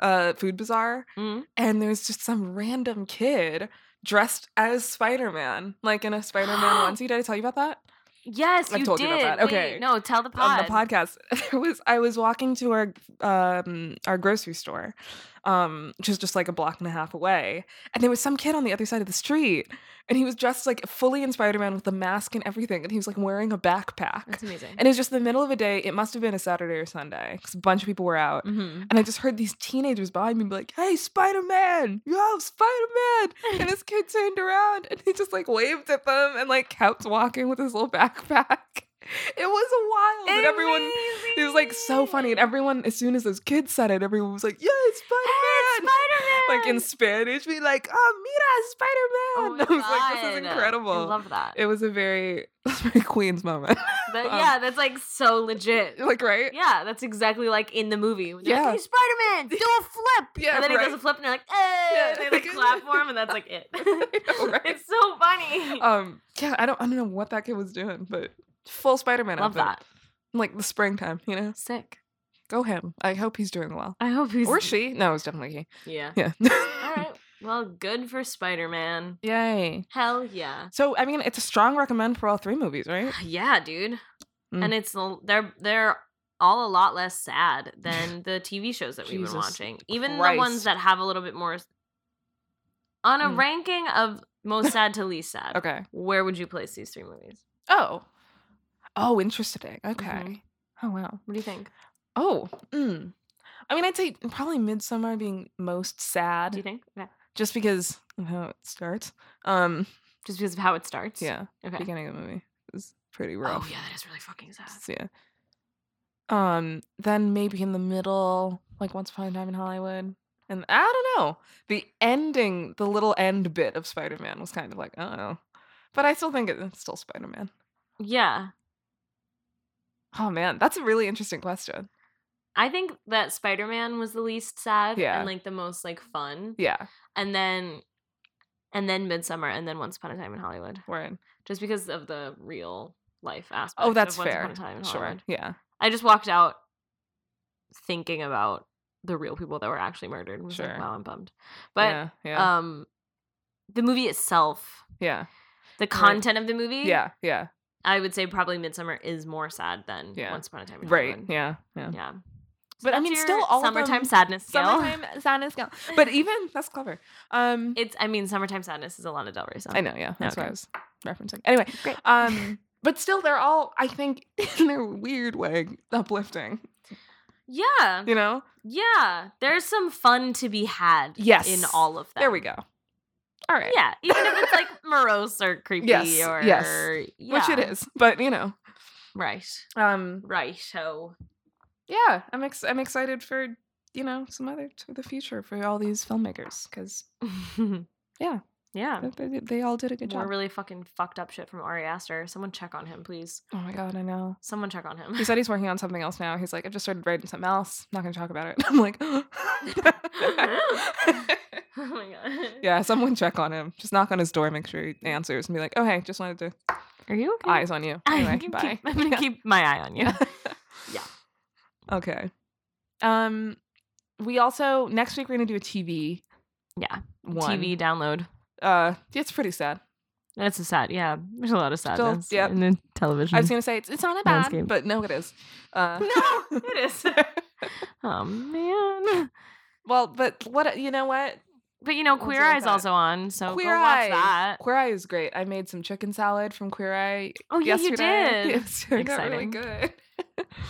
uh food bazaar
Mhm.
and there's just some random kid dressed as Spider-Man, like in a Spider-Man onesie. Did I tell you about that
Yes,
I've
you
told
did.
you about that.
Wait,
Okay.
no, tell the
on
pod.
the podcast? [laughs] There was I was walking to our um our grocery store, um, which is just like a block and a half away, and there was some kid on the other side of the street, and he was dressed like fully in Spider-Man with the mask and everything, and he was like wearing a backpack.
That's amazing.
[laughs] And it was just the middle of a day. It must have been a Saturday or Sunday because a bunch of people were out.
mm-hmm.
And I just heard these teenagers behind me be like, hey, Spider Man, yo, Spider Man.
[laughs]
And this kid turned around and he just like waved at them and like kept walking with his little backpack. [laughs] It was wild. And everyone, it was like so funny. And everyone, as soon as those kids said it, everyone was like, yeah, Spider Man.
Spider-Man.
like in Spanish, be like, oh,
Oh
mira, Spider Man.
my
[laughs] I was like, this is
God.
incredible.
I love that.
it was a very, [laughs] very Queens moment. [laughs]
That-
um,
yeah, that's like so legit.
like, right?
Yeah, that's exactly like in the movie. They're
Yeah.
like, hey, Spider Man, do a flip.
Yeah,
and then
right.
he does a flip, and they're like, hey,
Yeah.
they like clap for him, and that's
[laughs]
like it. [laughs]
know, right?
It's
[laughs]
so funny.
um yeah i don't i don't know what that kid was doing but full spider-man
Love
outfit.
that.
like the springtime you know
Sick.
go him i hope he's doing well
I hope he's
or she no it was definitely
Yeah.
he yeah
All right. Well, good for Spider Man.
[laughs] yay
Hell yeah.
so i mean it's a strong recommend for all three movies right
Yeah, dude.
Mm.
And it's l- they're they're all a lot less
[laughs]
sad than the TV shows that we've
Jesus
been watching. Even the
Christ.
ones that have a little bit more. s- On a
Mm.
ranking of
[laughs]
most sad to least sad,
okay
where would you place these three movies?
oh oh interesting okay
Mhm.
oh wow
What do you think?
oh mm. i mean i'd say probably midsummer being most sad
Do you think? Okay.
just because of how it starts um
Just because of how it starts.
yeah
Okay.
beginning of the movie is pretty rough
Oh yeah, that is really fucking sad.
So, yeah. Um, then maybe in the middle, like Once Upon a Time in Hollywood. And I don't know. The ending, the little end bit of Spider Man was kind of like, uh oh. But I still think it- it's still Spider Man.
Yeah,
Oh man, that's a really interesting question.
I think that Spider Man was the least sad
Yeah.
and like the most like fun,
Yeah,
and then and then Midsummer, and then Once Upon a Time in Hollywood,
we're in.
just because of the real life aspect.
Oh, that's
of Once
fair.
Upon a Time in
Sure.
Hollywood.
Yeah.
I just walked out thinking about the real people that were actually murdered. And was
Sure.
like, wow, I'm bummed. But
yeah. Yeah.
um, the movie itself,
yeah.
the content of the movie,
Yeah. Yeah.
I would say probably Midsummer is more sad than
Yeah.
Once Upon a Time in
Right.
Hollywood.
Yeah. Yeah.
Yeah.
But I
that's
mean,
your
still all of
summertime
them-
sadness scale.
Summertime sadness gal. But even that's clever. Um,
[laughs] It's I mean, summertime sadness is a Lana Del Rey song.
I know, yeah, that's
Okay.
what I was referencing. Oh. Anyway,
Great.
[laughs] um, but still, they're all I think in their weird way uplifting.
Yeah,
You know,
yeah. There's some fun to be had.
Yes.
in all of that.
there we go. All right,
Yeah, even if it's like morose or creepy
Yes,
or
yes.
yeah.
which it is, but you know,
Right,
um,
right. So
yeah, I'm ex- I'm excited for you know some other to the future for all these filmmakers because [laughs] Yeah.
yeah.
they, they- they all did a good
Um, More
job.
really fucking fucked up shit from Ari Aster. Someone check on him, please.
oh my god, I know.
Someone check on
[laughs]
him. [laughs]
He
[sighs]
said he's working on something else now. He's like, I've just started writing something else. Not going to talk about it. [laughs] I'm
[laughs]
like, [gasps]
oh my god.
yeah, someone check on him. Just knock on his door, make sure he answers, and be like, oh, hey, just wanted to
Are you okay?
eyes
[laughs]
on you.
I'm
Anyway,
gonna
bye.
keep- I'm gonna keep my eye
[laughs]
on you.
Okay. Um, we also next week we're gonna do a TV.
Yeah,
One.
TV download.
Uh, it's pretty sad.
That's a sad. Yeah, there's a lot of sadness
yeah.
in the television.
I was gonna say it's it's not a bad,
Landscape.
but no, it is. Uh,
[laughs] no, [laughs] it
[laughs]
is. oh man.
well, but what you know what
But you know,
Don't
Queer
do
Eye's
that.
also on, so
Queer
go watch
Eye.
that.
Queer Eye is great. I made some chicken salad from Queer Eye.
Oh yeah,
yesterday. [laughs]
you did.
It's turned out really
Exciting.
good.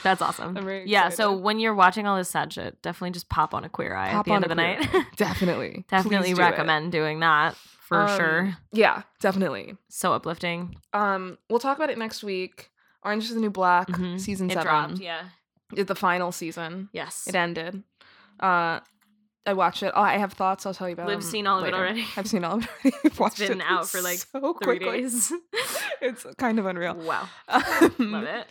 That's awesome.
I'm very
yeah, so
excited.
when you're watching all this sad shit, definitely just pop on a Queer Eye
Pop
at the end
on
of
a
the
Queer
night.
Definitely.
[laughs] definitely
Please do it.
recommend doing that for
Um,
sure.
Yeah, definitely.
So uplifting.
Um, we'll talk about it next week. Orange is the New Black
Mhm.
season
It
seven.
dropped. Yeah.
It's the final season.
Yes. [laughs]
It ended. Uh, I watched it. Oh, I have thoughts. I'll tell you about.
We've
them
seen all of it
later.
already.
I've seen
[laughs]
all of it. [laughs] Already. I've watched
been
it
out for, like,
so
Three
quickly.
days.
[laughs] It's kind of unreal.
[laughs] wow. [laughs] Love
Um,
it.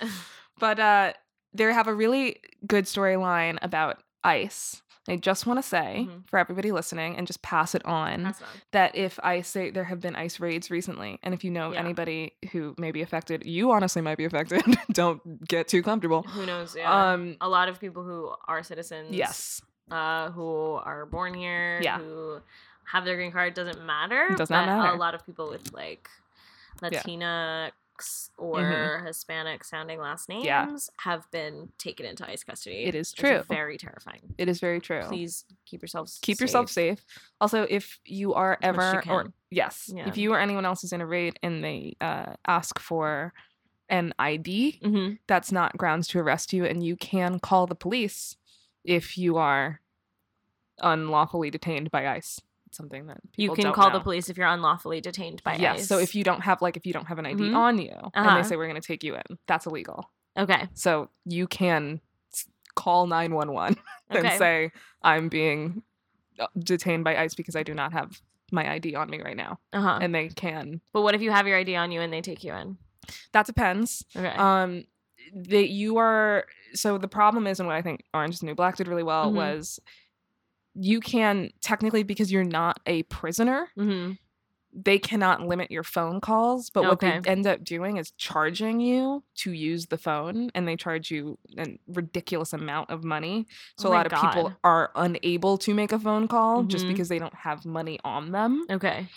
But uh, they have a really good storyline about ice. I just want to say
Mhm.
for everybody listening and just pass it on
That's fun.
that if I say there have been ice raids recently, and if you know
Yeah.
anybody who may be affected, you honestly might be affected. [laughs] Don't get too comfortable.
Who knows? Yeah.
Um,
a lot of people who are citizens.
yes,
uh, who are born here,
Yeah.
who have their green card, doesn't matter.
It does not
but
matter.
A lot of people with like Latinx or Hispanic sounding last names
Mm-hmm. Yeah.
have been taken into ICE custody.
It is
which
true.
very terrifying.
it is very true.
Please keep yourselves
keep yourself safe. Also, if you are
As much as
ever
you
or
can.
yes,
Yeah.
if you or anyone else is in a raid and they uh, ask for an ID,
Mhm.
that's not grounds to arrest you, and you can call the police if you are unlawfully detained by ICE. It's something that
You
people
can
don't
call
know.
the police if you're unlawfully detained by
yes.
ICE.
So if you don't have like if you don't have an ID
Mhm.
on you, and
Uh-huh.
they say we're going to take you in, that's illegal. [laughs]
okay,
So you can s- call nine one one [laughs] and
okay,
say I'm being uh, detained by ICE because I do not have my ID on me right now,
uh huh.
and they can.
But what if you have your ID on you and they take you in?
That depends.
Okay,
Um, that you are. So the problem is, and what I think Orange is the New Black did really well
Mhm.
was, you can technically because you're not a prisoner,
Mhm.
they cannot limit your phone calls, but what
Okay.
they end up doing is charging you to use the phone and they charge you a ridiculous amount of money. So
Oh
a
my
lot of people
God.
are unable to make a phone call just
Mhm.
because they don't have money on them.
okay.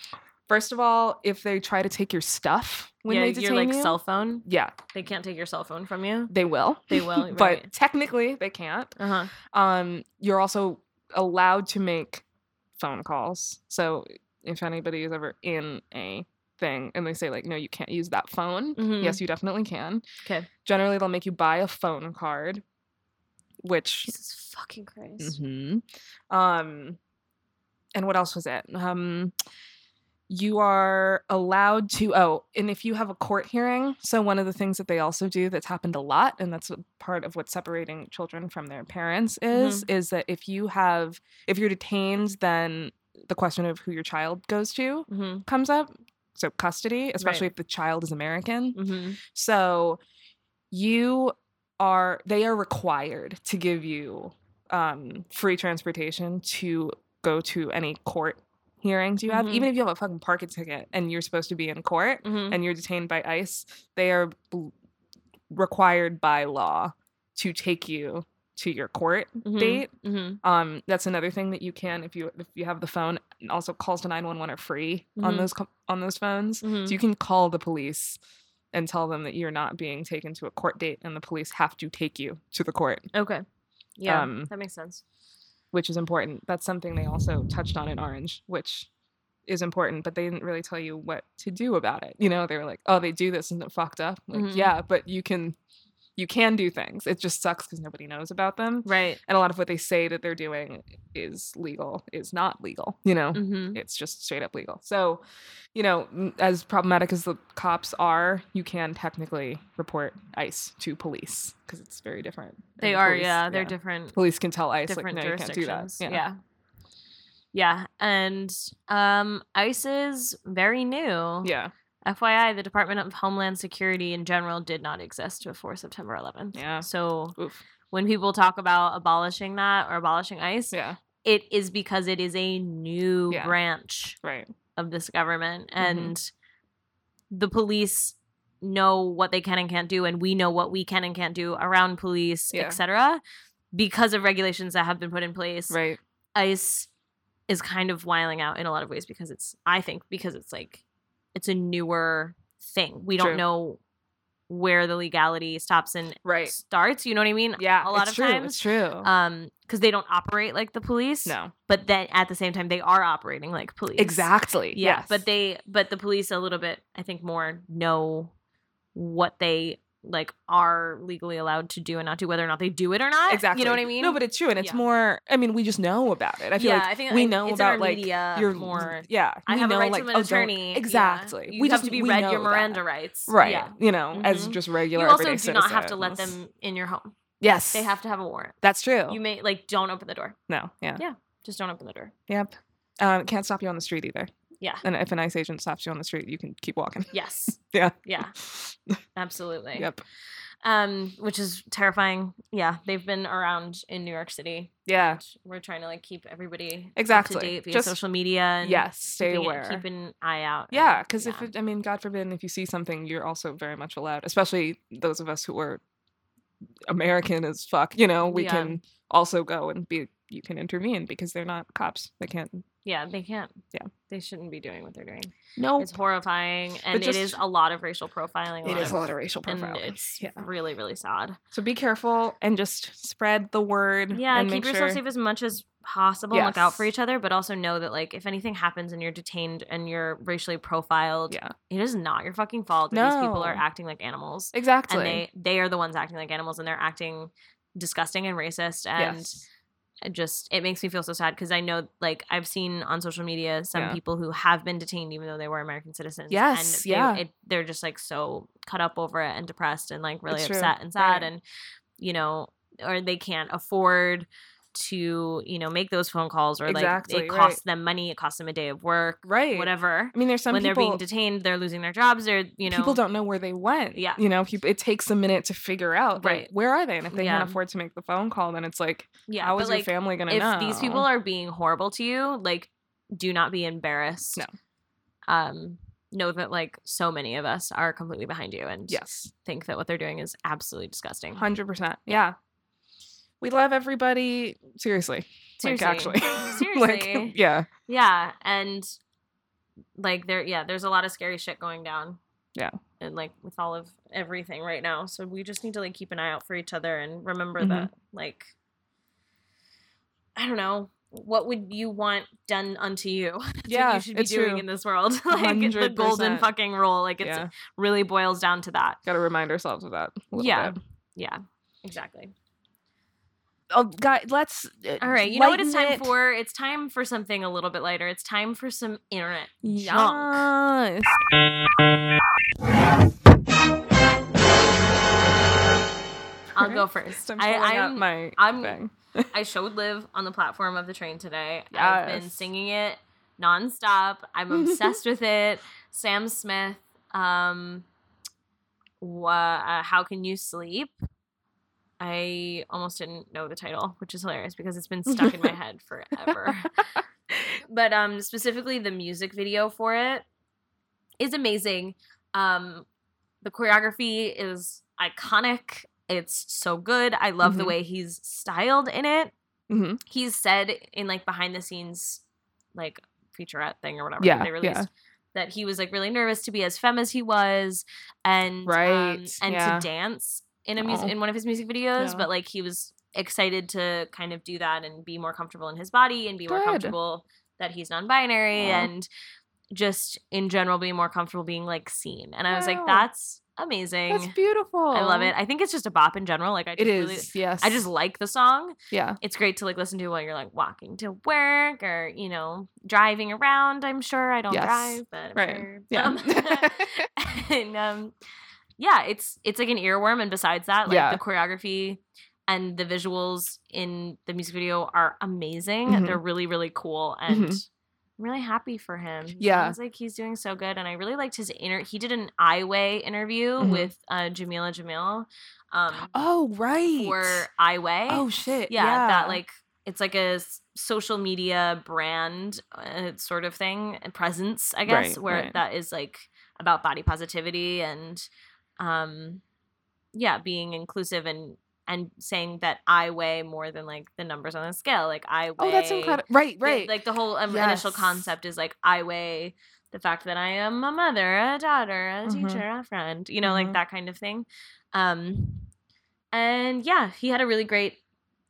First of all, if they try to take your stuff when
yeah,
they
your
detain
like
you,
cell phone.
yeah,
They can't take your cell phone from you.
they will.
They
[laughs]
will,
but
right.
technically they can't.
Uh huh.
Um you're also allowed to make phone calls. So if anybody is ever in a thing and they say like no you can't use that phone
Mhm.
Yes, you definitely can.
'Kay.
Generally, they'll make you buy a phone card, which.
Jesus fucking Christ.
Mhm. Um, and what else was it? Um, you are allowed to. Oh, and if you have a court hearing, so one of the things that they also do that's happened a lot, and that's a part of what's separating children from their parents is, is that if you have, if you're detained, then the question of who your child goes to
Mm-hmm.
comes up. So custody, especially if the child is American.
Mm-hmm.
So you are they are required to give you um free transportation to go to any court hearings you have
Mhm.
even if you have a fucking parking ticket and you're supposed to be in court
Mm-hmm.
and you're detained by ICE they are bl- required by law to take you to your court date
Mm-hmm.
um that's another thing that you can if you if you have the phone and also calls to 911 are free on
Mhm.
those co- on those phones
Mm-hmm.
so you can call the police and tell them that you're not being taken to a court date and the police have to take you to the court.
Okay. Yeah,
Um,
that makes sense.
which is important. That's something they also touched on in Orange, which is important, but they didn't really tell you what to do about it. You know, they were like, "Oh, they do this, and it fucked up?" Like,
Mhm.
yeah, but you can, you can do things. It just sucks because nobody knows about them,
Right.
and a lot of what they say that they're doing is legal, is not legal. You know,
Mm-hmm.
it's just straight up legal. So, you know, n- as problematic as the cops are, you can technically report ICE to police because it's very different.
They
And
are.
police-
yeah, they're different.
Police can tell ICE
different
like, no, you can't do that.
jurisdictions. yeah. Yeah, and um, ICE is very new.
Yeah.
FYI, the Department of Homeland Security in general did not exist before September 11th.
Yeah.
So
Oof.
when people talk about abolishing that or abolishing ICE,
Yeah.
it is because it is a new
Yeah.
branch
Right.
of this government,
Mhm.
and the police know what they can and can't do, and we know what we can and can't do around police,
Yeah.
etc. Because of regulations that have been put in place,
Right.
ICE is kind of wiling out in a lot of ways because it's I think because it's like it's a newer thing. We don't
True.
know where the legality stops and
Right.
starts, you know what I mean?
Yeah.
a lot
it's
of
true.
times.
It's true.
Um cuz they don't operate like the police,
no.
but then at the same time they are operating like police.
Exactly.
Yeah,
Yes.
but they but the police a little bit I think more know what they like are legally allowed to do and not do whether or not they do it or not.
Exactly.
You know what I mean?
No, but it's true, and it's
Yeah.
more. I mean, we just know about it. I feel
yeah,
like
I think
we
I-
know
it's in
about
our
like
media
your
more
Yeah,
I
we
have
know,
a right
like,
to
oh,
an
don't-
attorney. yeah.
Exactly.
You
we
have
just
to be
we
read
know
your
that.
Miranda rights.
Right.
Yeah.
You know, as
Mhm.
just regular.
You also do
everyday
not have to let
citizens.
them in your home.
Yes.
They have to have a warrant.
That's true.
You may like don't open the door.
no. Yeah.
Just don't open the door.
Yep. Um, can't stop you on the street either.
Yeah.
And if an ICE agent stops you on the street, you can keep walking. [laughs]
Yes.
Yeah.
Yeah. Absolutely.
Yep.
Um, which is terrifying. Yeah. They've been around in New York City.
Yeah.
and We're trying to like keep everybody
Exactly.
up to date via
Just-
social media and
Yes. Stay
keeping,
aware.
keep an eye out. and-
Yeah, because if it, I mean, God forbid, if you see something, you're also very much allowed. Especially those of us who are American as fuck, you know, we
Yeah.
can also go and be. You can intervene because they're not cops. They can't.
yeah, they can't.
Yeah.
They shouldn't be doing what they're doing.
No,
It's horrifying, and
just-
it is a lot of racial profiling.
it is a lot of racial
and
profiling.
it's
yeah.
really, really sad.
So be careful and just spread the word.
Yeah,
and make
keep yourself
sure-
safe as much as possible. Look out for
Yes.
each other, but also know that like if anything happens and you're detained and you're racially profiled,
Yeah,
it is not your fucking fault. that These people are
No.
acting like animals,
exactly.
and they they are the ones acting like animals, and they're acting disgusting and racist and
yes.
it just it makes me feel so sad because i know like i've seen on social media some
Yeah.
people who have been detained even though they were american citizens
Yes,
and they,
yeah.
it, they're just like so cut up over it and depressed and like really
It's true,
upset and sad
right.
and you know or they can't afford to you know make those phone calls or like
Exactly,
it
right.
costs them money it costs them a day of work
Right.
whatever
I mean, there's some
when they're
people.
being detained they're losing their jobs they're you know
people don't know where they went.
Yeah.
You know, people, it takes a minute to figure out, like,
Right.
where are they? And if they
Yeah.
can't afford to make the phone call, then it's like,
yeah
how
but
is your
like
family going to
if
know?
these people are being horrible to you, like do not be embarrassed.
No.
Um know that like so many of us are completely behind you and
Yes,
think that what they're doing is absolutely disgusting.
100%. Yeah. We love everybody. Seriously. [laughs]
Seriously.
Like, actually.
Seriously.
like, yeah.
yeah, and like there yeah, there's a lot of scary shit going down.
Yeah.
And like with all of everything right now. So we just need to like keep an eye out for each other and remember
Mhm.
that like I don't know, what would you want done unto you? [laughs] That's what
Yeah.
you should be
it's
doing
true.
in this world. [laughs] like the golden
100%.
fucking rule. Like it's
Yeah.
really boils down to that.
Got to remind ourselves of that. A little
Yeah.
Bit.
Yeah, exactly.
Oh, God, let's. uh,
All right, you know what it's time
lighten it.
for? It's time for something a little bit lighter. It's time for some internet junk.
Yes.
I'll go first.
I'm
I,
pulling out
I'm-
my
I'm-
thing.
I showed live on the platform of the train today. I've been
Yes.
singing it nonstop. I'm obsessed with it. Sam Smith. Um, wha- uh, how can you sleep? I almost didn't know the title, which is hilarious because it's been stuck in my head forever. but um, specifically, the music video for it is amazing. Um, the choreography is iconic. It's so good. I love the
Mhm.
way he's styled in it
Mhm.
he's said in like behind the scenes like featurette thing or whatever
Yeah,
that they released
yeah.
that he was like really nervous to be as femme as he was and um,
Right,
and
yeah.
to dance in a music
Oh.
in one of his music videos
Yeah.
but like he was excited to kind of do that and be more comfortable in his body and be more
Good.
comfortable that he's non-binary
Yeah.
and just in general be more comfortable being like seen. And I was like,
Wow.
that's amazing.
That's beautiful.
I love it. I think it's just a bop in general. Like I just
It is.
really
yes.
I just like the song.
yeah.
It's great to like listen to while you're like walking to work or, you know, driving around. I'm sure I don't
Yes.
drive, but I'm
Right.
sure.
Yeah.
Um,
[laughs]
[laughs] and um yeah it's it's like an earworm and besides that like
Yeah.
the choreography and the visuals in the music video are amazing
Mhm.
they're really really cool and
Mhm.
i'm really happy for him He
Yeah.
sounds like he's doing so good and i really liked his inner he did an iway interview
Mhm.
with uh jamila jamil um
oh right.
for iway
oh shit.
yeah, that like it's like a s- social media brand uh, sort of thing and presence i guess
Right,
where
right.
that is like about body positivity and um yeah being inclusive and and saying that i weigh more than like the numbers on the scale like i weigh
Oh, that's incredible. Right.
the-
Right.
like the whole um, initial
Yes.
concept is like I weigh the fact that I am a mother, a daughter, a
Mhm.
teacher, a friend, you know,
Mhm.
like that kind of thing. Um and yeah, he had a really great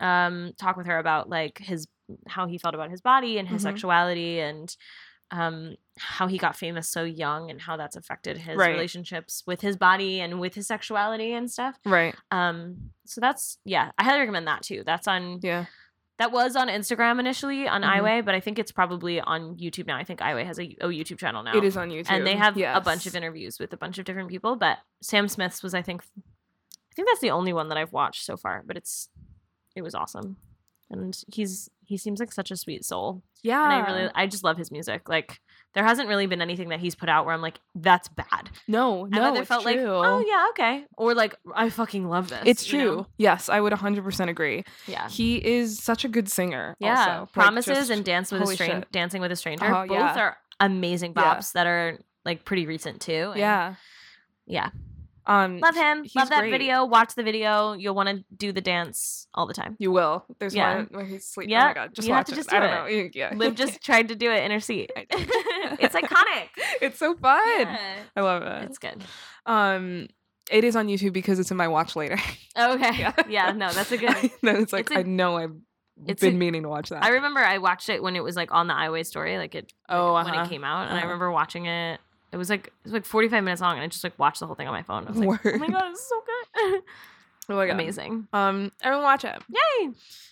um talk with her about like his how he felt about his body and his
Mhm.
sexuality and um how he got famous so young and how that's affected his
Right.
relationships with his body and with his sexuality and stuff.
right.
Um so that's yeah, I highly recommend that too. That's on
Yeah.
that was on Instagram initially on
Mhm.
iWay, but I think it's probably on YouTube now. I think iWay has a, a YouTube channel now.
It is on YouTube.
And they have a bunch
Yes.
of interviews with a bunch of different people, but Sam Smith's was I think I think that's the only one that I've watched so far, but it's it was awesome. And he's he seems like such a sweet soul.
Yeah.
And I really I just love his music. Like there hasn't really been anything that he's put out where I'm like that's bad.
no. No.
I've either
it's
felt like
true.
oh yeah, okay, or like I fucking love this.
It's
you know?
true. Yes, I would 100% agree.
Yeah.
He is such a good singer.
Yeah,
Also. Like,
promises
just-
and dance with a
holy
stranger.
shit.
Dancing with a stranger.
Oh,
Both
yeah.
are amazing
Yeah.
bops that are like pretty recent too. and
Yeah.
yeah.
Um,
Love him.
He's
Love that
great.
video. Watch the video. You'll want to do the dance all
[laughs]
the time.
You will. There's
Yeah.
one where he's sleeping. Oh
Yeah,
my god, just
you have
watch
to
it.
just
I
do
don't know. [laughs] You- Yeah.
Liv just tried to do it in her seat. [laughs]
I know. [laughs]
it's iconic.
it's so fun.
Yeah.
I love it.
It's good.
Um, it is on YouTube because it's in my watch later.
Okay. [laughs] Yeah.
[laughs] Yeah.
no, that's a good.
no, it's like
It's
I
a-
know I've
it's
been
a-
meaning to watch that.
[laughs] I remember I watched it when it was like on the iWay story, like it
oh,
when
uh-huh.
it came out, and I
Uh-huh.
remember watching it. It was like it was like 45 minutes long, and I just like watched the whole thing on my phone. I was like, oh my
[laughs] Word.
god, this is so good. [laughs]
Oh my god.
Amazing.
Um, everyone watch it.
Yay!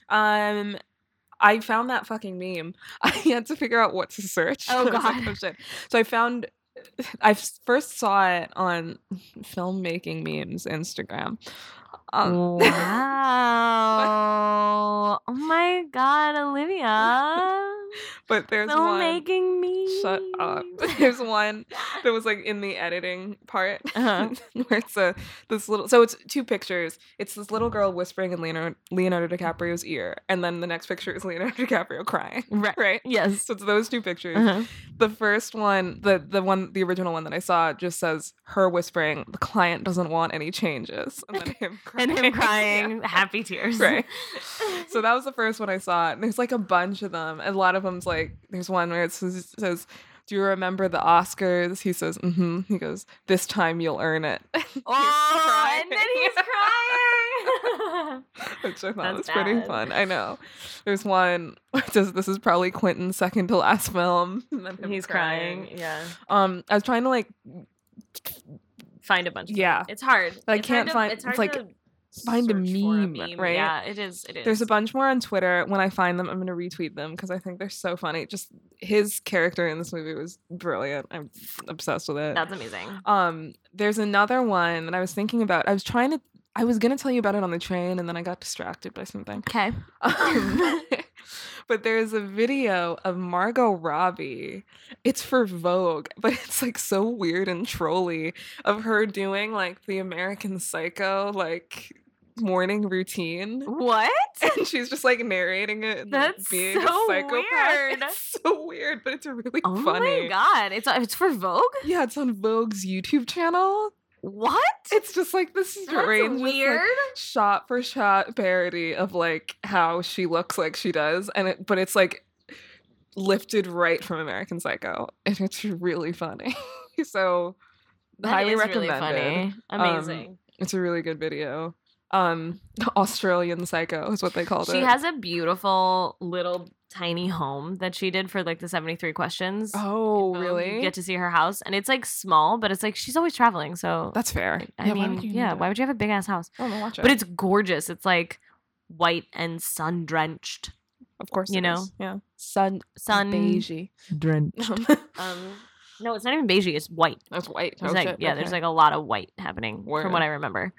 Um, I found that fucking meme. [laughs] I had to figure out what to search. [laughs]
Oh,
I was like,
God.
oh, shit. So I found. I f- first saw it on [laughs] filmmaking memes Instagram. Um,
wow. oh my god, Olivia.
but [laughs] there's
Still
one.
making me.
Shut up. [laughs] There's one that was like in the editing part
Uh-huh.
[laughs] where it's a this little so it's two pictures. It's this little girl whispering in Leonardo Leonardo DiCaprio's ear, and then the next picture is Leonardo [laughs] DiCaprio crying. [laughs]
right.
Right?
Yes.
So it's those two pictures.
Uh-huh.
The first one, the the one the original one that I saw just says her whispering, the client doesn't want any changes. And
[laughs]
then him crying. [laughs]
And
Yeah.
him crying, happy tears.
Right. [laughs] So that was the first one I saw. And there's like a bunch of them. And a lot of them's like, there's one where it says, says Do you remember the Oscars? He says, Mm hmm. He goes, This time you'll earn
[laughs]
it.
[laughs]
[laughs]
Oh, and then he's crying. [laughs]
Which I thought
That's
was pretty
bad.
fun. I know. There's one [laughs] which says, This is probably Quentin's second to last film. [laughs] And then him
he's crying. Yeah.
Um, I was trying to like,
Find a bunch. Of
yeah.
It's hard.
I
It's hard
can't find-
It's hard
it's like,
to
find a
search for
meme, right?
Yeah, it is. It is.
There's a bunch more on Twitter. When I find them, I'm going to retweet them because I think they're so funny. Just his character in this movie was brilliant. I'm obsessed with it.
That's amazing.
[gasps] Um, there's another one that I was thinking about. I was trying to, I was gonna tell you about it on the train, and then I got distracted by something. [laughs]
Okay.
Um, [laughs] but there's a video of Margot Robbie. It's for Vogue, [laughs] but it's like so weird and trolly of her doing like the American Psycho like morning routine.
What?
[laughs] And she's just like narrating it. and, like,
That's
being a
so
psychopath. [laughs]
weird.
It's so weird, but it's really
Oh
funny.
my god! It's uh, it's for Vogue.
Yeah, it's on Vogue's YouTube channel.
What?
It's just like this
That's
strange just, like,
weird.
shot for shot parody of like how she looks like she does, and it but it's like lifted right from American Psycho, and it's really funny. [laughs] so
That
highly
is
recommended.
Really funny.
Um,
Amazing.
It's a really good video. Um, Australian Psycho is what they called
she
it.
has a beautiful little tiny home that she did for like the 73 questions.
oh,
Um,
really?
You get to see her house, and it's like small, but it's like she's always traveling. So
That's fair.
I
why
mean,
would you need
yeah,
that?
why would you have a big ass house?
Oh, no, watch it.
But it's gorgeous. It's like white and sun drenched.
of course
you
it
know,
is. yeah, sun,
Sun
beigey.
drenched. Um, no, it's not even beige. It's white.
[laughs] That's white.
There's
Oh,
like,
shit.
yeah, there's
Okay. uh
like a lot of white happening from
Word.
what I remember.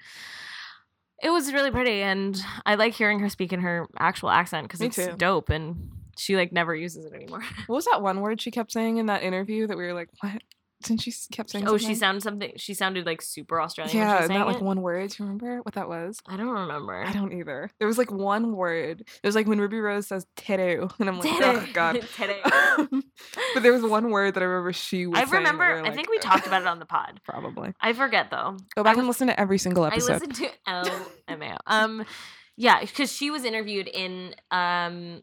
It was really pretty, and I like hearing her speak in her actual accent because
Me
it's
too.
dope. And she like never uses it anymore. [laughs]
What was that one word she kept saying in that interview that we were like, what? Didn't she s- kept saying?
oh,
something?
she sounded something. She sounded like super Australian. when she
Yeah,
was
that
saying
like
it.
one word. Do you remember what that was?
I don't remember.
I don't either. There was like one word. It was like when Ruby Rose says "titto," and I'm like,
Today.
oh
[laughs]
god. [laughs]
Today.
but there was one word that I remember she was. saying,
I
and we
remember.
were
I
like,
think we
"Ugh."
talked about it on the pod.
Probably.
I forget though.
Go back
I
and
was-
listen to every single episode.
I
[laughs]
listened to LMAO. Um, yeah, because she was interviewed in um,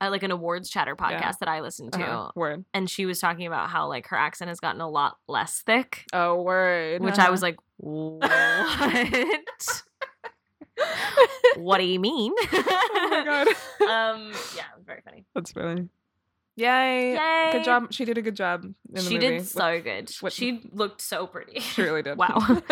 uh, like an awards chatter podcast
Yeah.
that I listened to,
Uh-huh. Word.
and she was talking about how like her accent has gotten a lot less thick,
Oh, word. Uh-huh.
which I
[laughs]
was like, what? what do you mean?
[laughs] oh my
[laughs]
god,
um, yeah, it was very funny.
that's funny. Yay!
Yay.
Good job. She did a good job. In the
she
movie
did
with-
so good.
with-
she looked so pretty. [laughs]
She really did.
Wow.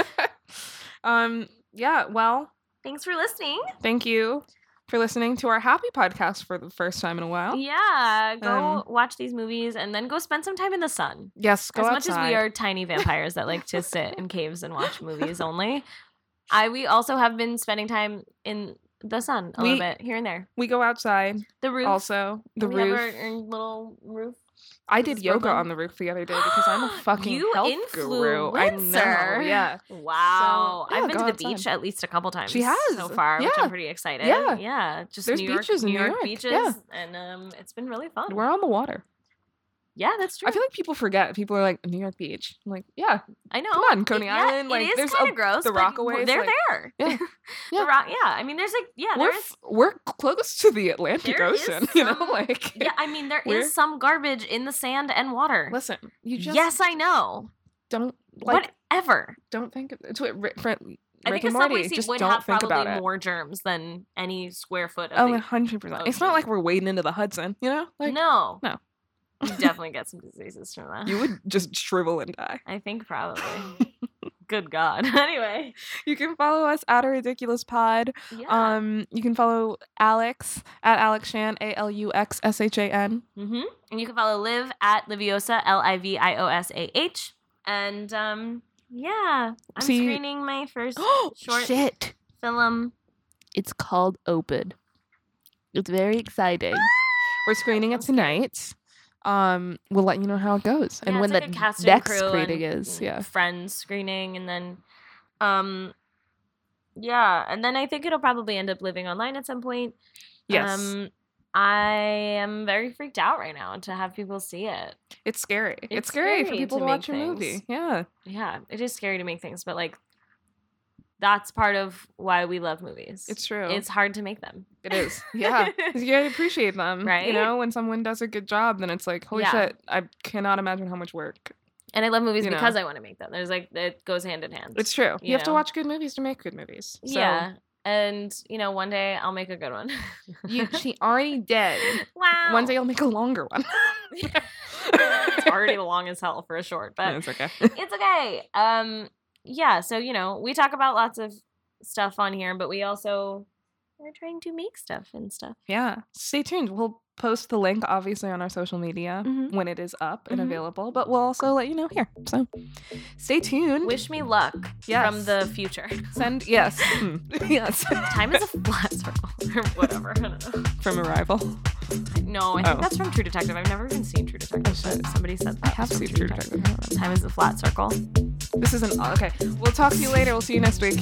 [laughs] um. Yeah. Well,
Thanks for listening.
thank you for listening to our happy podcast for the first time in a while.
Yeah, go
Oh, Um,
watch these movies and then go spend some time in the sun.
Yes. Go
as much
outside.
as we are tiny vampires that
[laughs]
like to sit in caves and watch movies only, I we also have been spending time in the sun a
We-
little bit here and there.
we go outside.
The roof,
Also, the
we
roof.
have our, our little roof.
I
this
did
is
yoga
Brooklyn.
on the roof the other day because I'm
[gasps]
a fucking
you
health guru. I know.
influencer.
Yeah.
Wow.
yeah,
I've been to
go
the
outside.
beach at least a couple times.
She has.
so far, which
Yeah.
I'm pretty excited.
Yeah.
Yeah. Just
There's
New York,
beaches in
New
New
York,
York,
beaches,
yeah.
and um, it's been really fun.
We're on the water.
yeah, that's true.
I feel like people forget. People are like New York Beach. I'm like, yeah,
I know.
come on, Coney
Oh, yeah,
Island. Like,
it is
there's
kind
a-
of gross.
the
but
Rockaways,
They're
like-
there.
Yeah. Yeah.
[laughs] The rock, yeah. I mean, there's like, yeah,
we're
there is.
f- we're close to the Atlantic
There is
Ocean. [laughs] You know,
some-
like
Yeah, I mean, there
we're-
is some garbage in the sand and water.
listen, you just
yes, I know.
don't like
Whatever.
don't think of- it's what Rick, Rick
I think a
and
subway
Morty.
seat
Just
would
don't
have
think about
probably
it.
more germs than any square foot of
Oh,
the
100 percent. It's not
ocean.
like we're wading into the Hudson. You know, like
no.
no.
you definitely get some diseases from that.
you would just shrivel and die.
I think probably.
[laughs]
Good God. [laughs] Anyway.
You can follow us at a ridiculous pod.
[laughs] Yeah.
Um, you can follow Alex at Alex Shan A L U X S H A
[gasps]
N. [gasps]
hmm And you can follow Liv at Liviosa, L I V I O S A H. And um, yeah, I'm
See-
screening my
[gasps]
first
Oh
Short-
shit!
film.
It's called Open. It's very exciting.
We're screening it
Sounds
tonight. Um, we'll let you know how it goes
Yeah,
and when
it's like
the
a cast and
next
crew
screening
and
Mm-hmm.
is, yeah.
friends screening, and then, um, yeah, and then I think it'll probably end up living online at some point.
Yes.
Um, I am very freaked out right now to have people see it.
It's scary. It's,
It's
scary, for
scary
people
to
to watch
make
your
things.
movie. Yeah.
Yeah, it is scary to make things, but like, that's part of why we love movies.
It's true.
It's hard to make them.
it is. [laughs] Yeah. You gotta appreciate them. You
Right?
know, when someone does a good job, then it's like, holy
Yeah.
shit, I cannot imagine how much work.
[laughs] And I love movies
You know.
because I want to make them. There's like it goes hand in hand.
It's true. You,
You
have to
know.
watch good movies to make good movies. So
yeah. And you know, one day I'll make a good one. [laughs]
[laughs] you she already did.
wow.
One day I'll make a longer [laughs] one. [laughs]
it's already long as hell for a short, but
No, it's okay.
it's okay. Um, yeah. So you know, we talk about lots of stuff on here, but we also are trying to make stuff and stuff.
Yeah. Stay tuned. We'll post the link obviously on our social media
Mhm.
when it is up and
Mhm.
available, but we'll also let you know here. So stay tuned.
Wish me luck from
Mm-hmm. Yes.
the future.
Send yes. Hmm. [laughs] yes. [laughs]
Time is a flat circle [laughs] or whatever. I don't know. [laughs]
From Arrival.
No, I think
Oh.
that's from True Detective. I've never even seen True Detective.
Oh, shit.
but somebody said
I
that.
have
was from
seen True Detective. I don't know.
Time is a flat circle.
This is an okay. We'll talk to you later. We'll see you next week.